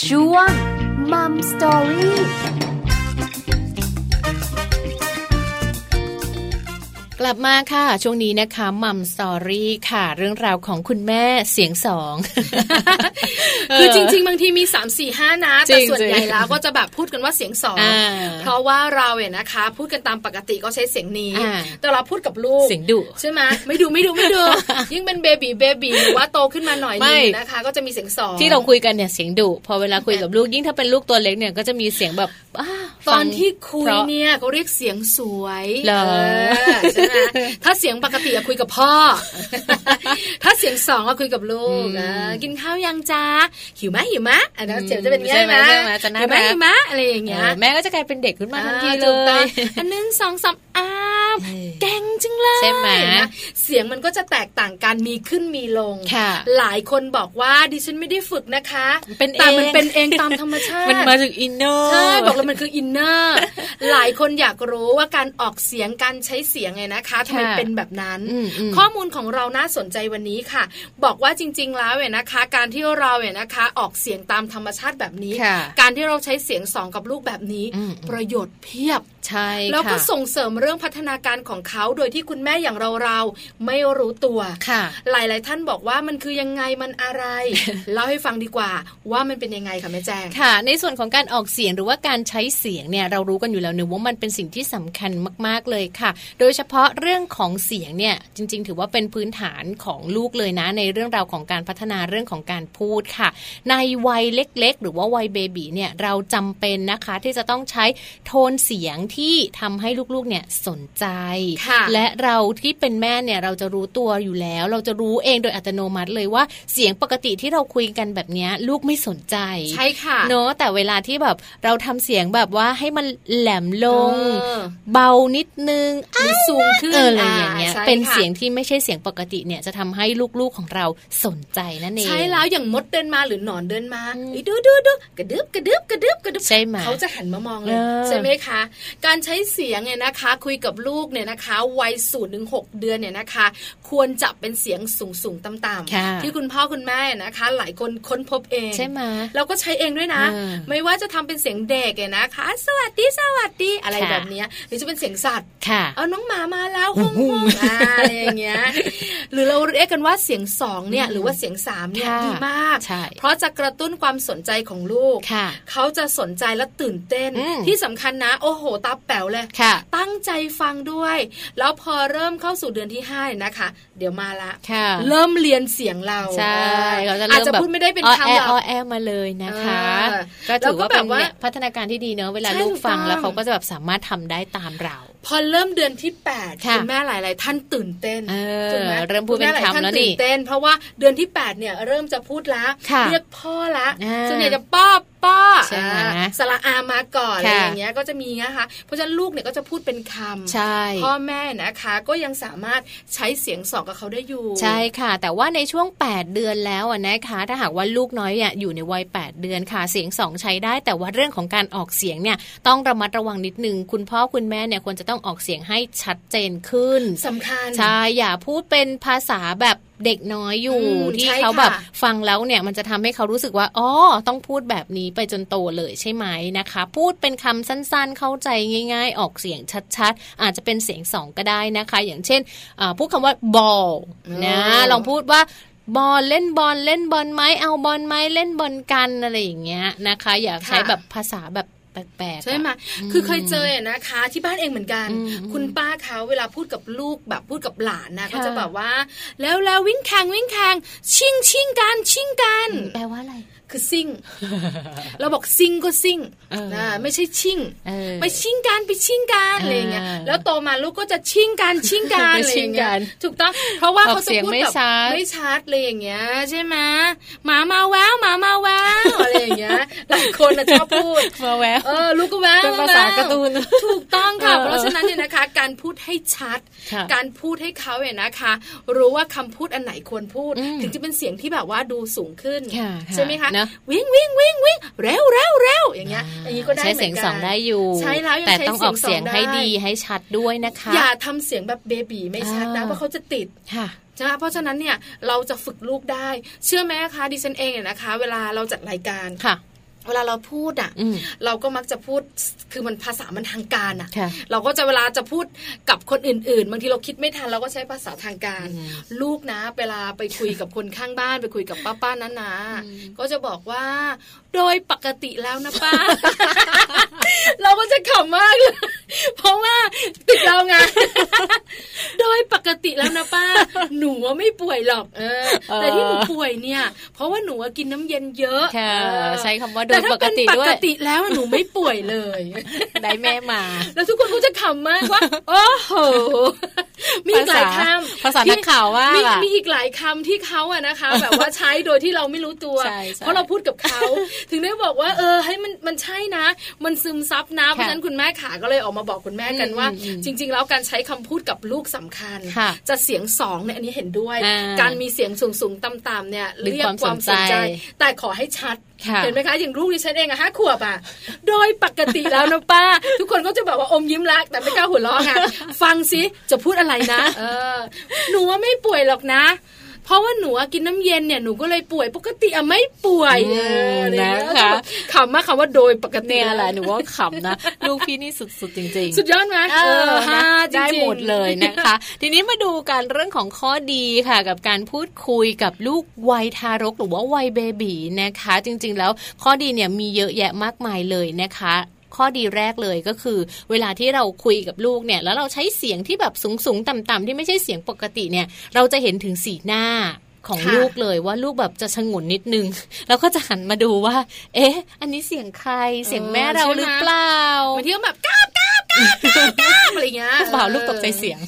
A: ช่วงมัมสตอรี่
B: กลับมาค่ะ ช่วงนี้นะคะมัมสตอรี่ค่ะ เรื่องราวของคุณแม่เสียงสอง
C: [laughs] คือจริง ๆ บางทีมี 3 4 5 นะ แต่
B: จริงๆ
C: ส่วนใหญ่แล้วก็จะแบบพูดกันว่าเสียงสอง
B: อ่า
C: เพราะว่าเราเนี่ยนะคะ พูดกันตามปกติก็ใช้เสียงนี้
B: อ่า
C: แต่เราพูดกับลูก
B: เสียงดุ
C: ใช่ไหมไม่ดูไม่ดูไม่ดู
B: [laughs]
C: ยิ่งเป็นเบบีเบบีหรือว่าโตขึ้นมาหน่อยนึ
B: ไม่
C: งนะคะ ก็จะมีเสียงสอง
B: ที่เราคุยกันเนี่ยเสียงดุพอเวลาคุยกับลูกยิ่งถ้าเป็นลูกตัวเล็กเนี่ยก็จะมีเสียงแบบอ้า
C: ต
B: ฟั
C: อน
B: ง
C: ที่คุย
B: เพราะ
C: เนี่ยเขาเรียกเสียงสวย
B: เหรอ
C: อใช่ไหมถ้าเสียงปกติอะคุยกับพ่อ [laughs] ถ้าเสียงสองอะคุยกับลูกเออกินข้าวยังจ้าหิวไหมหิวไหมอันนั้นเสียงจะเป็นอย่าง
B: ใช่
C: เงี้ย
B: ไหมใช่ไหมจะน่า
C: หิวไหม
B: รัก
C: หิวไหมอะไรอย่างเงี้ย
B: เออแม่ก็จะกลายเป็นเด็กขึ้นมาทันทีเล
C: อ่าถูกต้อ
B: ย
C: งอันหนึ่งสองสามอ้าว
B: เออ
C: เก่งจังเลย
B: ใช่ไหม
C: นะเสียงมันก็จะแตกต่างกันมีขึ้นมีลง
B: ค่ะ
C: หลายคนบอกว่าดิฉันไม่ได้ฝึกนะคะ
B: มันเป็น
C: แต่
B: เอง
C: มันเป็นเองตามธรรมชาติ
B: มันมาจากอินเนอร์
C: ใช่บอกแล้วมันคืออินเนอร์หลายคนอยากรู้ว่าการออกเสียงการใช้เสียงไงนะคะทำไม
B: ค่ะ
C: เป็นแบบนั้น
B: อืมอืม
C: ข้อมูลของเราน่าสนใจวันนี้ค่ะ บอกว่าจริง ๆ แล้วเนี่ยนะคะ การที่เราเนี่ยนะคะ ออกเสียงตามธรรมชาติแบบนี้
B: ค่ะ
C: การที่เราใช้เสียงสองกับลูกแบบนี้
B: อืม
C: ประโยชน์เพียบ
B: ใช่
C: แล้วก็
B: ค่ะ
C: ส่งเสริมเรื่องพัฒนาการของเขาโดยที่คุณแม่อย่างเราเราๆไม่รู้ตัว
B: ค่ะ
C: หลาย ๆ ท่านบอกว่ามันคือยังไงมันอะไร
B: [laughs]
C: เล่าให้ฟังดีกว่า ว่ามันเป็นยังไงค่ะแม่แจ้ง
B: ค่ะ ในส่วนของการออกเสียงหรือว่าการใช้เสียงเนี่ยเรารู้กันอยู่แล้วเนอะว่ามันเป็นสิ่งที่สำคัญมาก ๆ เลยค่ะ โดยเฉพาะเรื่องของเสียงเนี่ยจริง ๆ ถือว่าเป็นพื้นฐานของลูกเลยนะ ในเรื่องราวของการพัฒนาเรื่องของการพูดค่ะ ในวัยเล็ก ๆ หรือว่าวัยเบบีเนี่ยเราจำเป็นนะคะที่จะต้องใช้โทนเสียงที่ทำให้ลูก ๆ เนี่ยสนใจ
C: ค่ะ
B: และเราที่เป็นแม่เนี่ยเราจะรู้ตัวอยู่แล้ว เราจะรู้เองโดยอัตโนมัติเลยว่าเสียงปกติที่เราคุยกันแบบเนี้ยลูกไม่สนใจ
C: ใช่ค่ะ
B: เนอะแต่เวลาที่แบบเราทำเสียงแบบว่าให้มันแหลมลง
C: เออ
B: เบานิดนึง
C: หรือซูมขึ้น
B: เอออะไรอย่างเงี้ย
C: ใช่ค่ะ
B: เป็นเสียงที่ไม่ใช่เสียงปกติเนี่ยจะทำให้ลูกๆของเราสนใจนั่นเอง
C: ใช่แล้วอย่างมดเดินมาหรือหนอนเดินมา
B: อืม
C: เอ้ยดูดูดูกระดึบกระดึบกระดึบกระดึบ
B: ใช่ไหม
C: เขาจะหันมามองเลย
B: เออ
C: ใช่ไหมคะ การใช้เสียงเนี่ยนะคะ คุยกับลูกเนี่ยนะคะ วัยศูนย์ถึงหกเดือนเนี่ยนะคะ ควรจะเป็นเสียงสูงสูงๆต่ำ
B: ค่ะ
C: ๆที่คุณพ่อคุณแม่นะคะ หลายคนค้นพบเอง
B: ใช่ไหม
C: เราก็ใช้เองด้วยนะ
B: เออ
C: ไม่ว่าจะทำเป็นเสียงเด็กเนี่ยนะคะ สวัสดีสวัสดีอะไร
B: ค่ะ
C: แบบเนี้ยหรือจะเป็นเสียงสัตว์
B: ค่ะ
C: เอาน้องหมามา
B: [laughs]
C: แล้วห้องห้องอ่าอะไรอย่างเงี้ย หรือเราเรียกกันว่าเสียงสองเนี่ยหรือว่าเสียงสามเนี่ย
B: ค่ะ
C: ดีมาก
B: ใช่
C: เพราะจะกระตุ้นความสนใจของลูก
B: ค่ะ
C: เขาจะสนใจและตื่นเต้น
B: อืม
C: ที่สำคัญนะ โอ้โหตาแป๋วเลย
B: ค่ะ
C: ตั้งใจฟังด้วย แล้วพอเริ่มเข้าสู่เดือนที่ห้าเนี่ยนะคะ เดี๋ยวมาละ
B: ค่ะ
C: เริ่มเรียนเสียงเรา
B: ใช่
C: เอ
B: เขา
C: อ
B: จะ
C: อาจ
B: เริ่ม
C: จะ
B: แบบ
C: พูดไม่ได้เป็น
B: อ้อ
C: คำห
B: แอ
C: ร
B: อ้
C: อ
B: อก แอมาเลยนะคะ
C: เออ
B: ก็ถือว่าเป็น
C: แล้วก็แบบว่า
B: เนี่ยพัฒนาการที่ดีเนอะเวลา
C: ใช่
B: ลูกฟัง
C: ถูกต้อง
B: แล้วเขาก็จะแบบสามารถทำได้ตามเรา
C: พอเริ่มเดือนที่แปด
B: ค่ะ
C: ณแม่หลาย ๆ ท่านตื่นเต้น
B: เออ
C: ถูกไห
B: เริ่มพูดเป็น
C: ณหาย
B: คำแล้วนี่
C: ตื่นเต้น เพราะว่าเดือนที่แปดเนี่ยเริ่มจะพูดละ
B: ค่ะ
C: เรียกพ่อละ
B: อ่า
C: ส่วนใหญ่จะป้อป้อ
B: ใช่ไหม
C: อ่าสระอามาก่อนอะ
B: ค่ะ
C: ไรอย่างเงี้ยก็จะมีนะคะเพราะฉะนั้นลูกเนี่ยก็จะพูดเป็นคำ
B: ใช่
C: พ่อแม่นะคะก็ยังสามารถใช้เสียงสองกับเขาได้อยู่
B: ใช่ค่ะ แต่ว่าในช่วง 8 เดือนแล้วอะนะคะ ถ้าหากว่าลูกน้อยเนี่ยอยู่ในวัย 8 เดือนค่ะ เสียงสองใช้ได้ แต่ว่าเรื่องของการออกเสียงเนี่ยต้องระมัดระวังนิดนึง คุณพ่อคุณแม่เนี่ยควรจะต้องออกเสียงให้ชัดเจนขึ้น
C: สำคัญ
B: ใช่ อย่าพูดเป็นภาษาแบบเด็กน้อยอยู่
C: อืม
B: ที่
C: ใช่
B: เขาแบบ
C: ค่ะ
B: ฟังแล้วเนี่ยมันจะทำให้เขารู้สึกว่าอ๋อต้องพูดแบบนี้ไปจนโตเลยใช่ไหมนะคะ พูดเป็นคำสั้นๆ เข้าใจง่าย ๆ ออกเสียงชัดๆ อาจจะเป็นเสียงสองก็ได้นะคะ อย่างเช่นอ่าพูดคำว่า ball นะ
C: เออ
B: ลองพูดว่าบอลเล่นบอลเล่นบอลไหมเอาบอลไหมเล่นบอลกันอะไรอย่างเงี้ยนะคะ อย่าใช้แบบภาษาแบบแปลกๆ
C: ใช่ไหม
B: อะ
C: คือเคยเจออะนะคะ ที่บ้านเองเหมือนกัน
B: อืม
C: คุณป้าเขาเวลาพูดกับลูกแบบพูดกับหลานนะ
B: ค่ะ
C: ก็จะแบบว่า แล้วแล้ววิ่งแข่งวิ่งแข่งชิงชิงกันชิงกัน
B: แปลว่าอะไร
C: คือซิ่ง [laughs] เราบอกซิ่งก็ซิ่ง
B: เออ
C: นะไม่ใช่ชิง
B: เออ
C: ไปชิงกันไปชิงกันอะไรอย่างเงี้ย
B: อ่า
C: แล้วโตมาลูกก็จะชิงกันชิงกัน
B: [laughs] ไป
C: อะไร
B: ชิ
C: อง
B: กั
C: ย่างเงี้ย
B: น
C: ถูกต้องเพราะว่า
B: ออก
C: เขาจะ
B: เสียง
C: พูด
B: ไม่
C: แบบ
B: ชัด
C: ไม่ชัดเลยอย่างเงี้ยใช่ไหมหมามาแววหมามาแววอะไรอย่างเงี้ยหลายคนน่ะชอบพูด
B: มาแวว
C: เออลูกก็แวว
B: เป็นภาษาการ์ตูน
C: ถูกต้องค่ะ
B: เออ
C: เพราะฉะนั้นเนี่ยนะคะ การพูดให้ชัด
B: ค่ะ
C: การพูดให้เขาเนี่ยนะคะ รู้ว่าคำพูดอันไหนควรพูด
B: อืม
C: ถึงจะเป็นเสียงที่แบบว่าดูสูงขึ้น
B: ค่ะ
C: ใช่ไหมคะ
B: เนอะ
C: วิ่งวิ่งวิ่งวิ่งเร็วเร็วเร็วอย่างเงี้ยอย่างนี้ก็ได้
B: ใช้
C: หมือนกั
B: เสีย
C: น
B: งสองได้อยู่
C: ใช้แล้วยัง
B: แต่
C: ใช้
B: ต้องออกเสียงให้ดี
C: เสียงสองได้
B: ให้ชัดด้วยนะคะ
C: อย่าทำเสียงแบบเบบีไม่ชัดนะ
B: อ่า
C: เพราะเขาจะติด
B: ค่ะ
C: นะเพราะฉะนั้นเนี่ยเราจะฝึกลูกได้ เชื่อไหมคะดิฉันเองเนี่ยนะคะ เวลาเราจัดรายการ
B: ค่ะ
C: เวลาเราพูดอ่ะ
B: อืม
C: เราก็มักจะพูดคือมันภาษามันทางการอ่ะ
B: ค่ะ
C: เราก็จะเวลาจะพูดกับคนอื่นๆ บางทีเราคิดไม่ทันเราก็ใช้ภาษาทางการ
B: อืม
C: ลูกนะ เวลาไปคุยกับคนข้างบ้านไปคุยกับป้าป้าๆนั้นนะ
B: อืม
C: ก็จะบอกว่า โดยปกติแล้วนะป้า [laughs] เราก็จะขำมากเลย เพราะว่าติดเราไง [laughs] โดยปกติแล้วนะป้า หนูว่าไม่ป่วยหรอกเออ แต่ที่หนูป่วยเนี่ย เพราะว่าหนูว่ากินน้ำเย็นเยอะ
B: ค่ะ
C: เออ
B: ใช้คำว่าโด
C: แต่
B: ย
C: ถ้า
B: ปก
C: เป็น
B: ติ
C: ป
B: ด้ว
C: ก
B: ย
C: ติแล้วหนูไม่ป่วยเลย
B: ได้แม่มา
C: แล้วทุกคนก็จะขำมากว่า โอ้โห
B: [laughs]
C: มีอีกหลายคำ
B: ภาษานักข่าวว่า
C: มี
B: ล่ะ
C: มีอีกหลายคำที่เขาอะนะคะ
B: [laughs]
C: แบบว่าใช้โดยที่เราไม่รู้ตัว
B: ใช่ใช่
C: เพราะเราพูดกับ
B: [laughs]
C: เขา ถึงได้บอกว่า เออให้มันมันใช่นะ มันซึมซับนะเพราะฉะนั้นคุณแม่ขาก็เลยออกมาบอกคุณแม่กันว่า
B: อืมอืม
C: จริง ๆ แล้วการใช้คำพูดกับลูกสำคัญ
B: ค่ะ
C: จะเสียงสองเนี่ยอันนี้เห็นด้วย
B: อ่า
C: การมีเสียงสูงสูงๆต่ำๆเนี่ย
B: ดึง
C: เรีย
B: ค
C: ก
B: วาม
C: ความ
B: ส
C: ส
B: น
C: น
B: ใจ
C: ใจ แต่ขอให้ชัด
B: ค่ะ
C: เห็นไหมคะอย่างลูกดิฉันเองอะห้าขวบอะโดยปกติแล้วนะป้า ทุกคนก็จะแบบว่าอมยิ้มรักแต่ไม่กล้าหัวเราะค่ะฟังสิจะพูดอะไรนะ เออ หนูว่าไม่ป่วยหรอกนะ เพราะว่าหนูอะกินน้ำเย็นเนี่ยหนูก็เลยป่วยปกติอะไม่ป่วย
B: อื
C: เอ
B: ม
C: ออะไรอย่างเงี้ย
B: นะคะ
C: ขำมากคำว่าโดยปกติ
B: เนี่ยแหละหนูว่าขำนะ ลูกพี่นี่สุดๆจริงๆ
C: สุดยอดไหม
B: เออ
C: ห้า
B: นะ
C: จริงๆ
B: ได้หมดเลยนะคะ [laughs] ทีนี้มาดูการเรื่องของข้อดีค่ะ กับการพูดคุยกับลูกวัยทารกหรือว่าวัยเบบีนะคะ จริงๆแล้วข้อดีเนี่ยมีเยอะแยะมากมายเลยนะคะ ข้อดีแรกเลยก็คือ เวลาที่เราคุยกับลูกเนี่ย แล้วเราใช้เสียงที่แบบสูงสูงๆต่ำๆที่ไม่ใช่เสียงปกติเนี่ย เราจะเห็นถึงสีหน้าของ
C: ค่ะ
B: ลูกเลยว่าลูกแบบจะชงนนิดนึง [laughs] แล้วก็จะหันมาดูว่า เอ๊ะ อันนี้เสียงใครเสียงแม่เราหรือเปล่า
C: บางทีก็แบบก้าบก้าบก้าบก้าบก้าบอะไรอย่างเงี้ย
B: เปล่าลูกตกใจเสียง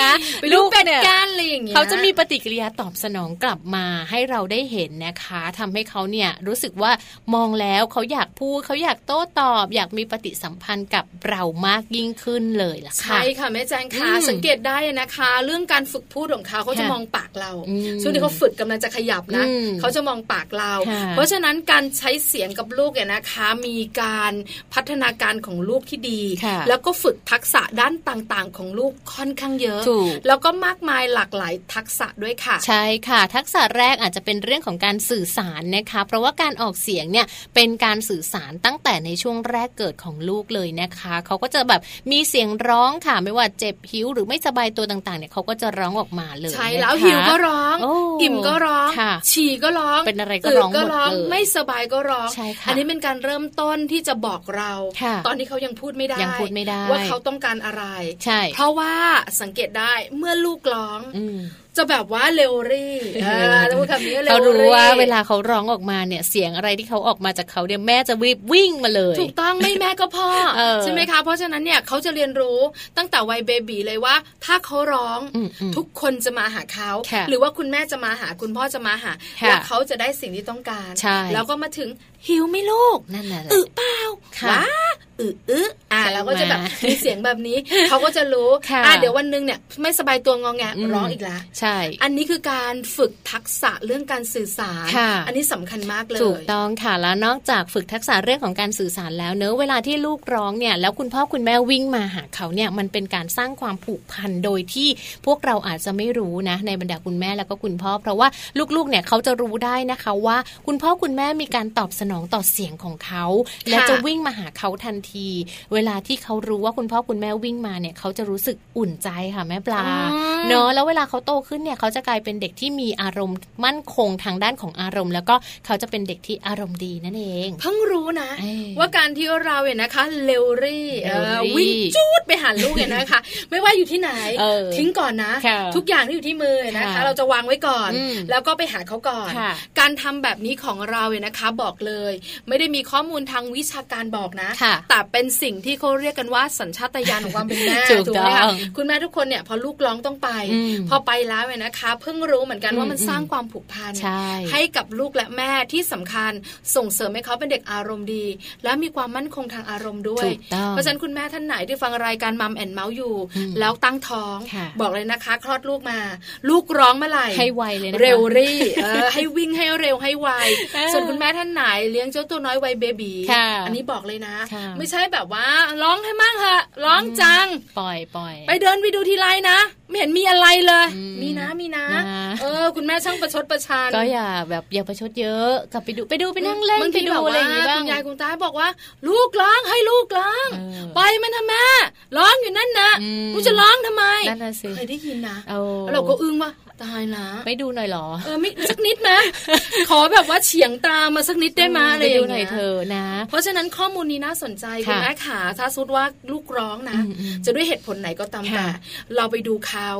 B: นะ
C: เป็นลูกเป็นการอะไรอย่างเงี้ย
B: เขาจะมีปฏิกิริยาตอบสนองกลับมาให้เราได้เห็นนะคะทำให้เขาเนี่ยรู้สึกว่ามองแล้วเขาอยากพูดเขาอยากโต้ตอบ อยากมีปฏิสัมพันธ์กับเรามากยิ่งขึ้นเลยล่ะค่ะ
C: ใช่ค่ะแม่แจงค่ะ
B: อืม
C: สังเกตได้นะคะ เรื่องการฝึกพูดของเขาเขาจะ
B: ค่ะ
C: มองปากเรา
B: อืม
C: ช่วงที่เขาฝึกกำลังจะขยับนะ
B: อืม
C: เขาจะมองปากเรา
B: ค่ะ
C: เพราะฉะนั้นการใช้เสียงกับลูกเนี่ยนะคะ มีการพัฒนาการของลูกที่ดี
B: ค่ะ
C: แล้วก็ฝึกทักษะด้านต่างๆ ของลูกค่อนข้างเยอะ
B: ถูก
C: แล้วก็มากมายหลากหลายทักษะด้วยค่ะ
B: ใช่ค่ะ ทักษะแรกอาจจะเป็นเรื่องของการสื่อสารนะคะ เพราะว่าการออกเสียงเนี่ยเป็นการสื่อสารตั้งแต่ในช่วงแรกเกิดของลูกเลยนะคะ เขาก็จะแบบมีเสียงร้องค่ะ ไม่ว่าเจ็บหิวหรือไม่สบายตัวต่างๆเนี่ยเขาก็จะร้องออกมาเลย
C: ใช่
B: นะคะ
C: แล้วหิวก็ร้อง
B: โอ้
C: อิ่มก็ร้อง
B: ค่ะ
C: ฉี่ก็ร้อง
B: เป็นอะไรก็
C: ตื่
B: ร้องหมด
C: ก็ร้อง
B: เลย
C: ไม่สบายก็ร้อง
B: ใช่ค่ะ
C: อันี้เป็นการเริ่มต้นที่จะบอกเรา
B: ค่ะ
C: ตอนที่เขายังพูดไม่ได้
B: ยังพูดไม่ได้
C: ว่าเขาต้องการอะไร
B: ใช่
C: เพราะว่าสังเกตได้เมื่อลูกร้อง
B: อืม
C: จะแบบว่าเรวรี่
B: เอ
C: เอ
B: อ
C: อแล้วพูดคำนี้เร
B: เขา
C: ว
B: รู้
C: รี่
B: ว่าเวลาเขาร้องออกมาเนี่ย เสียงอะไรที่เขาออกมาจากเขาเนี่ยแม่จะรีบวิ่งมาเลย
C: ถูกต้องไม่แม่ก็พ่อ
B: เออ
C: ใช่ไหมคะ เพราะฉะนั้นเนี่ยเขาจะเรียนรู้ตั้งแต่วัยเบบีเลยว่า ถ้าเขาร้อง
B: อืมอืม
C: ทุกคนจะมาหาเขา
B: ค่ะ
C: หรือว่าคุณแม่จะมาหาคุณพ่อจะมาหา
B: ค่ะ
C: แล้วเขาจะได้สิ่งที่ต้องการ
B: ใช่
C: แล้วก็มาถึงหิวไหม่ลูก
B: นั่นแหละ
C: อึเปล่า
B: ค่ะ
C: ว้าอึอึอ่า
B: ใช่ไหม
C: เราก็จะแบบมีเสียงแบบ
B: [laughs]
C: นี้ เขาก็จะรู้
B: ค่ะ
C: อ่าเดี๋ยววันหนึงเนี่ยไม่สบายตัวงองแง
B: อืม
C: ร้องอีกแล้ว
B: ใช่
C: อันนี้คือการฝึกทักษะเรื่องการสื่อสาร
B: ค่ะ
C: อันนี้สำคัญมากเลย
B: ถูกต้องค่ะแล้วนอกจากฝึกทักษะเรื่องของการสื่อสารแล้วเนอะเวลาที่ลูกร้องเนี่ยแล้วคุณพ่อคุณแม่วิ่งมาหาเขาเนี่ยมันเป็นการสร้างความผูกพันโดยที่พวกเราอาจจะไม่รู้นะในบรรดาคุณแม่แล้วก็คุณพ่อ เพราะว่าลูกๆเนี่ยเขาจะรู้ได้นะคะว่าคุณพ่อคุณแม่มีการตอบสนองต่อเสียงของเขา และจะวิ่งมาหาเขาทันที เวลาที่เขารู้ว่าคุณพ่อคุณแม่วิ่งมาเนี่ยเขาจะรู้สึกอุ่นใจค่ะแม่ปลา
C: อืม
B: เนอะแล้วเวลาเขาโตขึ้นเนี่ยเขาจะกลายเป็นเด็กที่มีอารมณ์มั่นคงทางด้านของอารมณ์ แล้วก็เขาจะเป็นเด็กที่อารมณ์ดีนั่นเอง
C: เพิ่งรู้นะ
B: เอ้ย
C: ว่าการที่เราเนี่ยนะคะเลวรี่เอ่อ
B: เรวรี่
C: วิ่งจูดไปหาลูกเนี่ยนะคะ [laughs] ไม่ว่าอยู่ที่ไหน
B: เออ
C: ทิ้งก่อนนะ
B: ค่ะ
C: ทุกอย่างที่อยู่ที่มือนะ
B: ค่ะ
C: คะ เราจะวางไว้ก่อน
B: อืม
C: แล้วก็ไปหาเขาก่อน
B: ค่ะ
C: การทำแบบนี้ของเราเนี่ยนะคะ บอกเลย ไม่ได้มีข้อมูลทางวิชาการบอกนะ
B: ค่ะ
C: แต่เป็นสิ่งที่เขาเรียกกันว่าสัญชาตญาณของความเป็นแม่
B: [laughs] ถูก
C: ไหม
B: ต้
C: คะ
B: อง
C: คุณแม่ทุกคนเนี่ยพอลูกร้องต้องไป
B: อืม
C: พอไปแล้วเนี่ยนะคะ เพิ่งรู้เหมือนกันว่ามัน
B: อืม
C: สร้างความผูกพัน
B: ใช่
C: ให้กับลูกและแม่ที่สำคัญส่งเสริมให้เขาเป็นเด็กอารมณ์ดี และมีความมั่นคงทางอารมณ์ด้วย
B: ถูกต้อง
C: เพราะฉะนั้นคุณแม่ท่านไหนที่ฟังรายการมัมแอนเมาส์อยู่
B: อืม
C: แล้วตั้งท้อง
B: ค่ะ
C: บอกเลยนะคะ คลอดลูกมา ลูกร้องเมื่อไหร่
B: ให้ไวเลยนะคะ
C: เร็วรี่เออให้วิ่งให้เร็วให้ไว
B: เออ
C: ส่วนคุณแม่ท่านไหนเลี้ยงเจ้าตัวน้อยวัยเบบี
B: ค่ะ
C: อันี้บอกเลยนะ
B: ค่ะ
C: ไม่ ไม่ใช่แบบว่า ร้องให้มั่งเหอะร้องจัง
B: ปล่อยปล่อย
C: ไปเดินไปดูทีไรนะ ไม่เห็นมีอะไรเลย
B: อืม
C: มีนะมีนะ
B: นะ
C: เออ คุณแม่ช่างประชดประชัน
B: ก็อย่าแบบอย่าประชดเยอะกลับไปดูไปดูไปนั่งเล่น
C: บาง
B: ไป
C: ที
B: ดู
C: แบบ
B: อะไรอย่างงี้
C: ว่า
B: บ้าง
C: คุณยายคุณตาบอกว่า ลูกร้องให้ลูกร้อง
B: เออ
C: ปล่อยมันทำไมร้องอยู่นั่นนะ
B: อืม
C: กูจะร้องทำไม
B: นั่นน่ะสิ
C: เคยได้ยินนะ
B: เอา
C: แล้วเราก็อึ้งว่าตายละ
B: ไปดูหน่อยเหรอ
C: เออไม่สักนิด
B: [laughs]
C: นะ ขอแบบว่าเฉียงตามาสักนิดได้ไหมอะไร
B: ไป
C: อย่า
B: ดู
C: ง
B: หน่อ
C: เงี้
B: ย
C: ย
B: เธอะนะ
C: เพราะฉะนั้นข้อมูลนี้น่าสนใจคุณ
B: ค่ะ
C: แม่ขาถ้าสมมุดว่าลูกร้องนะ
B: อืมๆ
C: จะด้วยเหตุผลไหนก็ตามแต่
B: ค่ะ
C: เราไปดูเขา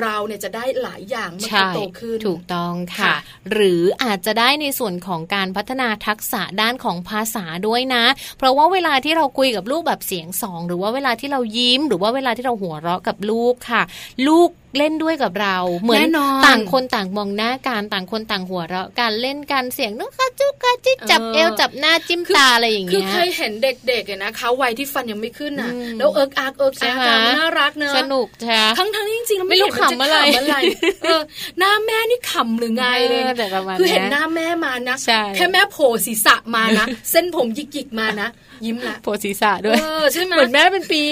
C: เราเนี่ยจะได้หลายอย่างเมื่อ
B: ใช่
C: เขาโตขึ้น
B: ถูกต้องค่ะ
C: ค่ะ
B: หรืออาจจะได้ในส่วนของการพัฒนาทักษะด้านของภาษาด้วยนะ เพราะว่าเวลาที่เราคุยกับลูกแบบเสียงสอง หรือว่าเวลาที่เรายิ้ม หรือว่าเวลาที่เราหัวเราะกับลูกค่ะ ลูกเล่นด้วยกับเรา เหมื
C: แน่นอน
B: ต่างคนต่างมองหน้ากันต่างคนต่างหัวเราะกันเล่นกันเสียงนกกระจุกกระจิกจับเอวจับหน้าจิ้มตาอะไรอย่าง
C: คือ
B: เงี้ย
C: เคยเห็นเด็กๆเนี่ยนะคะวัยที่ฟันยังไม่ขึ้นน่ะ
B: อืม
C: แล้วเอิกอาร์กเอิกอาร์ก
B: ใช่ไหม
C: อะน่ารักเนอะ
B: สนุกใช่
C: ทั้งทั้งๆที่จริงๆแล้ว
B: ไม่รู้
C: เห็นนจ
B: ขำอะไร [laughs]
C: ขำอะไรเออหน้าแม่นี่ขำหรือไงเล
B: อ
C: ย
B: อ
C: นะ
B: แต่ประมาณ
C: คือเห็น
B: ย
C: หน้าแม่มานะ
B: ใช่
C: แค่แม่โผล่ศีรษะมานะ เส้นผมหยิกๆมานะ ยิ้มละ
B: โผล่ศีรษะ
C: เอ
B: ด้วย
C: อใช่ไหม
B: เหมือนแม่เป็นปี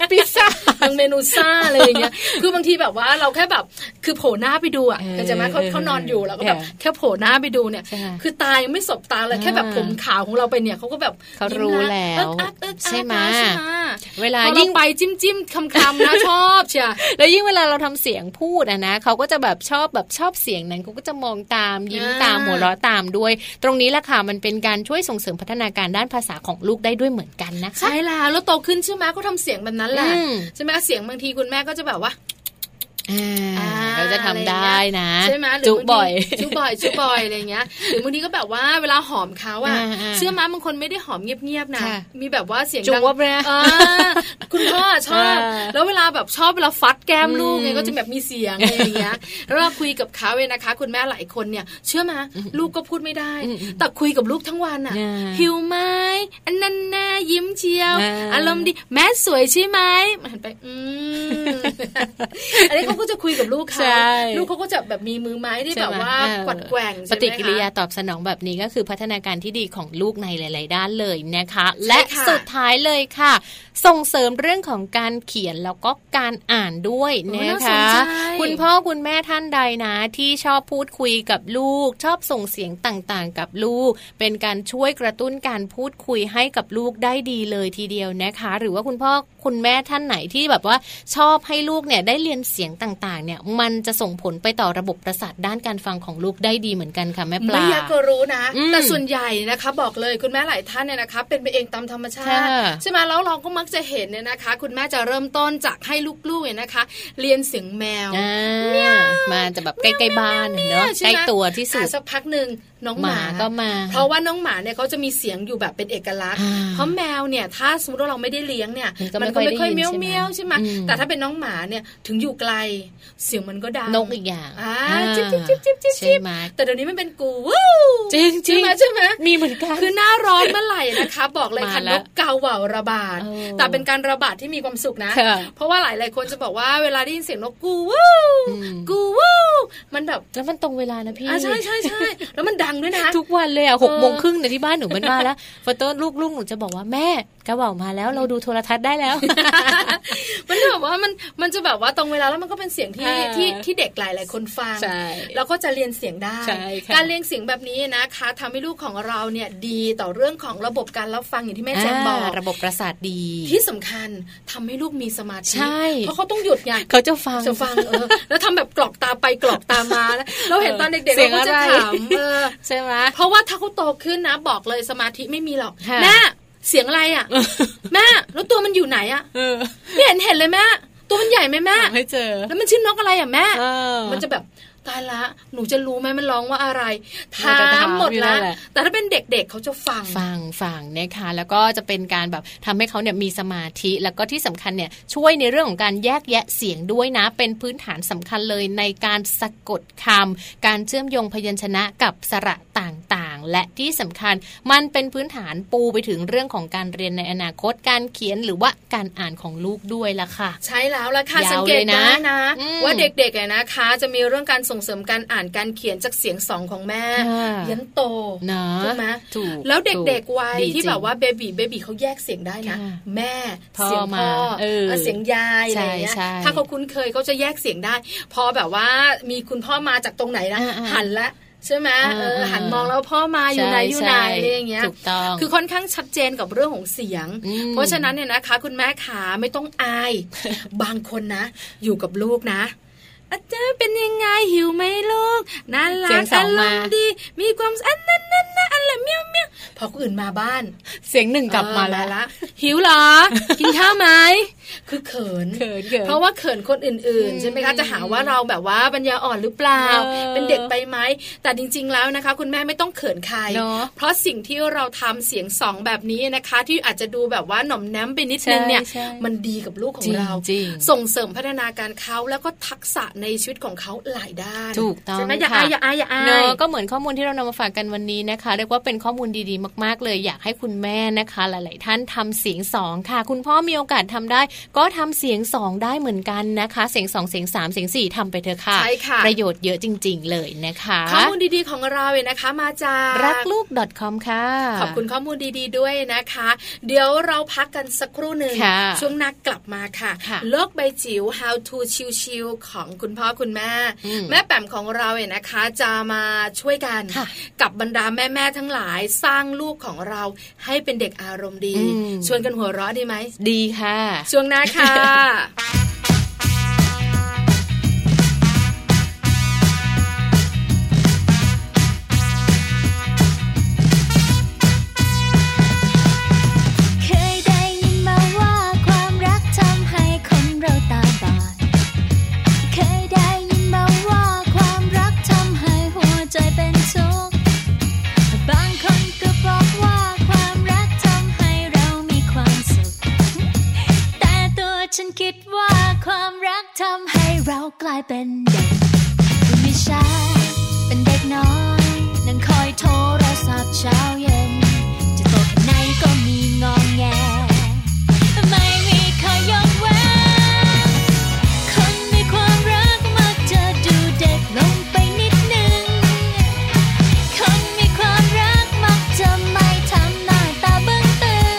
B: [laughs] ปีศาจ
C: บางเมนูซ่าอะไรอย่างเงี้ย คือบางทีแบบว่าเราแค่แบบ คือโผล่หน้าไปดูอ่ะ
B: เออ
C: เข้าใจไหมเขาเขานอนอยู่เราก็แบบ
B: เออ
C: แค่โผล่หน้าไปดูเนี่ย
B: ใช่
C: คือตายังไม่สบตาเลย
B: อ่า
C: แค่แบบผมขาวของเราไปเนี่ยเขาก็แบบ
B: เขา
C: ยิ้มนะ
B: รู้แล้ว
C: เอิ๊กอักเอิ๊กอัก
B: ใช่ไหม
C: นะใช่ไหม
B: เวลา
C: พอเรา
B: ยิ่ง
C: ไปจิ้มจิ้มคำคำๆนะ
B: [laughs]
C: ชอบเชีย
B: แล้วยิ่งเวลาเราทำเสียงพูดอะนะเขาก็จะแบบชอบแบบชอบเสียงนั้นเขาก็จะมองตามยิ้ม
C: อ่า
B: ตามหัวเราะตามด้วย ตรงนี้แหละค่ะมันเป็นการช่วยส่งเสริมพัฒนาการด้านภาษาของลูกได้ด้วยเหมือนกันนะคะ
C: ใช่ละแล้วโตขึ้นใช่ไหมเขาทำเสียงแบบนั้นแหละ
B: อืม
C: ใช่ไหมเสียงบางทีคุณแม่ก็จะแบบว่า
B: อ่า
C: อ่า
B: เราจะทำได้นะ
C: ใช่ไหมหรื
B: จุ
C: บางที
B: บ่อย
C: จุบ่อยจุบ่อยอะไรอย่างเงี้ยหรือบางทีก็แบบว่าเวลาหอมเขาอะ
B: อ่าอ่า
C: เชื่อไหมบางคนไม่ได้หอมเงียบๆนะ
B: ค่ะ
C: มีแบบว่าเสียง
B: จุ๊
C: ดั
B: บวับเลยนะ
C: เออคุณพ่อชอบ
B: อ่า
C: แล้วเวลาแบบชอบเวลาฟัดแก้มลูกไง
B: อืม
C: ก็จะแบบมีเสียงอะไรอย่างเงี้ยแล้วเราคุยกับเขาเลยนะคะ คุณแม่หลายคนเนี่ย เชื่อไหมลูกก็พูดไม่ได้
B: อืมอืม
C: แต่คุยกับลูกทั้งวันอะ
B: อ่า
C: หิวไหมอันนั้นน่ายิ้มเชียว
B: อ่า
C: อารมณ์ดีแม่สวยใช่ไหมมันหันไปอื
B: [laughs]
C: ม อันนี้เขาก็จะคุยกับลูก
B: ใช่
C: เขาลูกเขาก็จะแบบมีมือไม้ที่
B: ใช่
C: แบบ
B: ไหม
C: ว่า
B: เออ
C: กวัดแกว่ง
B: ป
C: ใช่ไหมคะ
B: ฏิกิริยาตอบสนองแบบนี้ก็คือพัฒนาการที่ดีของลูกในหลาย ๆ ด้านเลยนะคะ และ
C: ค่ะ
B: สุดท้ายเลยค่ะ ส่งเสริมเรื่องของการเขียนแล้วก็การอ่านด้วย
C: โอ้
B: นะ
C: น่าสน
B: คะ
C: ใจ
B: คุณพ่อคุณแม่ท่านใดนะ ที่ชอบพูดคุยกับลูก ชอบส่งเสียงต่าง ๆ กับลูก เป็นการช่วยกระตุ้นการพูดคุยให้กับลูกได้ดีเลยทีเดียวนะคะ หรือว่าคุณพ่อคุณแม่ท่านไหนที่แบบว่าชอบให้ลูกเนี่ยได้เรียนเสียงต่าง ๆ เนี่ย มันจะส่งผลไปต่อระบบประสาทด้านการฟังของลูกได้ดีเหมือนกันค่ะแม่ปลา
C: ไม่อยากก็รู้นะ
B: อืม
C: แต่ส่วนใหญ่นะคะ บอกเลยคุณแม่หลายท่านเนี่ยนะคะ เป็นไปเองตามธรรมชาติ
B: ค่ะ
C: ใช่ไหมแล้วเราก็มักจะเห็นเนี่ยนะคะ คุณแม่จะเริ่มต้นจากให้ลูกๆเนี่ยนะคะ เรียนเสียงแมว
B: อ่ามาจะแบบใกล้ๆบ้านเนอะ
C: ใช่
B: ใกล้
C: ไหม
B: ตัวที่สุด
C: อ่ะสักพักหนึ่งน้อง
B: ห
C: ห
B: มา
C: มา
B: ก็มา
C: เพราะว่าน้องหมาเนี่ยเขาจะมีเสียงอยู่แบบเป็นเอกลักษณ์
B: อ่า
C: เพราะแมวเนี่ยถ้าสมมติว่าเราไม่ได้เลี้ยงเนี่ย
B: มันก็
C: ก็
B: ไม่
C: ไม่
B: ค่
C: ค่
B: อ
C: อย ย
B: ได้
C: เมี้ยว
B: ยิน
C: เมี้ยว
B: ใช่
C: ใช่
B: ไห
C: ไห
B: ม
C: ม
B: อืม
C: แต่ถ้าเป็นน้องหมาเนี่ยถึงอยู่ไกลเสียงมันก็ดัง
B: นกอีกอย่าง
C: อ่า
B: อ่า
C: จิ๊บจิ๊บจิ๊บจิ๊บจิ๊บ
B: ใช่ไหม
C: แต่เดี๋ยวนี้มันเป็นกูวู้
B: จริงจริ
C: ใช่
B: ง
C: ไหมใช่ไหม
B: มีเหมือนกัน
C: คือหน้าร้อนเมื่อไหร่นะคะ [laughs] บอกเลย
B: มา
C: ค่ะ
B: ละ
C: นกเกาเหว่าระบาด
B: เออ
C: แต่เป็นการระบาดที่มีความสุขนะ
B: ค่ะ
C: เพราะว่าหลาย ๆ คนจะบอกว่าเวลาได้ยินเสียงนกกูวู้
B: อืม
C: กูวู้มันแบบ
B: แล้วมันตรงเวลานะพี่
C: อ่าใช่ใช่ใช่แล้วมันดังด้วยนะ
B: ทุกวันเลยอ่ะ
C: เออ
B: หกโมงครึ่งในยที่บ้านหนูมันมาแล้ว [laughs] ฟอโต้ลูกลูกหนูจะบอกว่าแม่กระเป๋ามาแล้วเราดูโทรทัศน์ได้แล้ว
C: มันแบบว่ามันมันจะแบบว่าตรงเวลาแล้วมันก็เป็นเสียงที่
B: อ่า
C: ที่ที่เด็กหลาย ๆ คนฟั [laughs] ง แล้วก็จะเรียนเสียงได้
B: ใช่ค่ะ
C: การเรียนเสียงแบบนี้นะคะทำให้ลูกของเราเนี่ยดีต่อเรื่องของระบบการรับฟังอย่างที่แม่แจงบอก
B: าระบบประสาทดี
C: ที่สำคัญทำให้ลูกมีสมาธิ
B: ใช่
C: เพราะเขาต้องหยุดไง
B: เขาจะฟัง
C: จะฟังเออแล้วทำแบบกรอกตาไปกรอกตา
B: [laughs]
C: มานะเราเห็นตอนเด็กๆ
B: เสีย
C: เรา
B: ง
C: ก็จะ
B: อะไร
C: ถามเออ
B: ใช่ไหม
C: เพราะว่าถ้าเขาโตขึ้นนะ บอกเลยสมาธิไม่มีหรอก
B: ค่ะ
C: แม่เสียงอะไร
B: [laughs]
C: อ่ะแม่แล้วตัวมันอยู่ไหนอ่ะ
B: เออ
C: ไม่เห็นเห็นเลยแม่ตัวมันใหญ่ไหมแม่
B: ไม่เจอ
C: แล้วมันชื่อนกอะไรอ่ะแม่
B: เออ
C: มันจะแบบตายละหนูจะรู้ไหมมันร้องว่าอะไรถา
B: มันจะถาม
C: มหมด
B: อยู่นั่
C: ละ
B: นแหละ
C: แต่ถ้าเป็นเด็กๆเขาจะฟัง
B: ฟังฟังนะคะแล้วก็จะเป็นการแบบทำให้เขาเนี่ยมีสมาธิแล้วก็ที่สำคัญเนี่ยช่วยในเรื่องของการแยกแยะเสียงด้วยนะ เป็นพื้นฐานสำคัญเลยในการสะกดคำการเชื่อมโยงพยัญชนะกับสระต่างๆ และที่สำคัญ มันเป็นพื้นฐานปูไปถึงเรื่องของการเรียนในอนาคตการเขียนหรือว่าการอ่านของลูกด้วยละค่ะ
C: ใช่แล้วล่ะค่ะ
B: ยาว
C: สังเกตได้นะ
B: เลยนะอืม
C: ว่าเด็กๆอะนะคะ จะมีเรื่องการส่งเสริมการอ่านการเขียนจากเสียงสองของแม่
B: อ่า
C: ยันโต
B: นะ
C: ถูกไหม
B: ถูก
C: แล้ว
B: ถู
C: เด็กๆวัย
B: ดีจริง
C: ที่แบบว่าเบบีเบบีเขาแยกเสียงได้นะ
B: ค่ะ
C: แม่
B: พ่อ
C: เสียงพ่อ
B: มาเออ
C: และเสียงยายอะไรอย่างเงี้ย
B: ใช่ใช่
C: ถ้าเขาคุ้นเคยก็จะแยกเสียงได้ พอแบบว่ามีคุณพ่อมาจากตรงไหนนะ
B: อ่าๆ
C: หันละใช่ไหม
B: อ่าๆ
C: เออหันมองแล้วพ่อมาอยู่ไหนอยู่ไหน
B: ใช่
C: อะไรอย่างเงี้ย
B: ถูกต้อง
C: คือค่อนข้างชัดเจนกับเรื่องของเสียง
B: อืม
C: เพราะฉะนั้นเนี่ยนะคะ คุณแม่ขาไม่ต้องอาย
B: [laughs]
C: บางคนนะ อยู่กับลูกนะอาจารย์เป็นยังไงหิวไหมลูกน่ารั
B: เสีย
C: ก
B: งสอ
C: อาง ร
B: มา
C: มณ์ดี มีความสุขอันนั้นนั่นนะอันละเมี้ยวเมี้ยวพอคนอื่นมาบ้าน
B: เสียงหนึ่งกลับมาแล้ว
C: เออหิวเหรอ กินข้าวไหมคือเขิน
B: เขินเขิน
C: เพราะว่าเขินคนอื่นๆ ใช่ไหมคะจะหาว่าเราแบบว่าปัญญาอ่อนหรือเปล่า
B: เออ
C: เป็นเด็กไปไหมแต่จริง ๆ แล้วนะคะ คุณแม่ไม่ต้องเขินใคร
B: เนอะ
C: เพราะสิ่งที่เราทำเสียงสองแบบนี้นะคะ ที่อาจจะดูแบบว่าหน่อมแนมไปนิดนึงเนี่ย
B: ใช่ใช่
C: มันดีกับลูกขอ
B: จ
C: ง
B: ริง
C: เรา
B: จริง
C: ส่งเสริมพัฒนาการเขาแล้วก็ทักษะในชีวิตของเขาหลายด้าน
B: ถูกต้อง
C: ใช่ไหมอย่า
B: ค่ะ
C: อายอย่าอายอย่าอาย
B: เนอะก็เหมือนข้อมูลที่เรานำมาฝากกันวันนี้นะคะเรียกว่าเป็นข้อมูลดีๆ มาก ๆ เลยอยากให้คุณแม่นะคะ หลาย ๆ ท่านทำเสียงสองค่ะ คุณพ่อมีโอกาสทำได้ ก็ทำเสียงสองได้เหมือนกันนะคะ เสียงสองเสียงสามเสียงสี่ทำไปเถอะค่ะ
C: ใช่ค่ะ
B: ประโยชน์เยอะจริง ๆ เลยนะคะ
C: ข้อมูลดีๆของเราเนี่ยนะคะ มาจาก
B: รักลูก .com ค่ะ
C: ขอบคุณข้อมูลดี ๆ ด้วยนะคะ เดี๋ยวเราพักกันสักครู่หนึ่ง
B: ค่ะ
C: ช่วงหนักกลับมาค่ะ
B: ค่ะ
C: โลกใบจิ๋ว How to ชิวๆของคุณพ่อคุณแม่
B: อืม
C: แม่แปมของเราเนี่ยนะคะ จะมาช่วยกัน
B: ค่ะ
C: กับบรรดาแม่ ๆ ทั้งหลายสร้างลูกของเราให้เป็นเด็กอารมณ์ดี
B: อืม
C: ชวนกันหัวเราะดีไหม
B: ดีค่ะ
C: ช่วงหน้าค่ะ
A: เคยได้ยินมาว่าความรักทำให้คนเราตาบอด เคยได้ยินมาว่าความรักทำให้หัวใจเป็นทุกข์บางคนก็บอกว่าความรักทำให้เรามีความสุข แต่ตัวฉันคิดว่าความรักทำให้เรากลายเป็นเด็กผู้มีชายเป็นเด็กน้อย นั่งคอยโทรศัพท์เช้าเย็น จะโตแค่ไหนก็มีงองแง ไม่มีใครยกเว้น คนมีความรักมักจะดูเด็กลงไปนิดนึง คนมีความรักมักจะไม่ทำหน้าตาเบิ่งตึง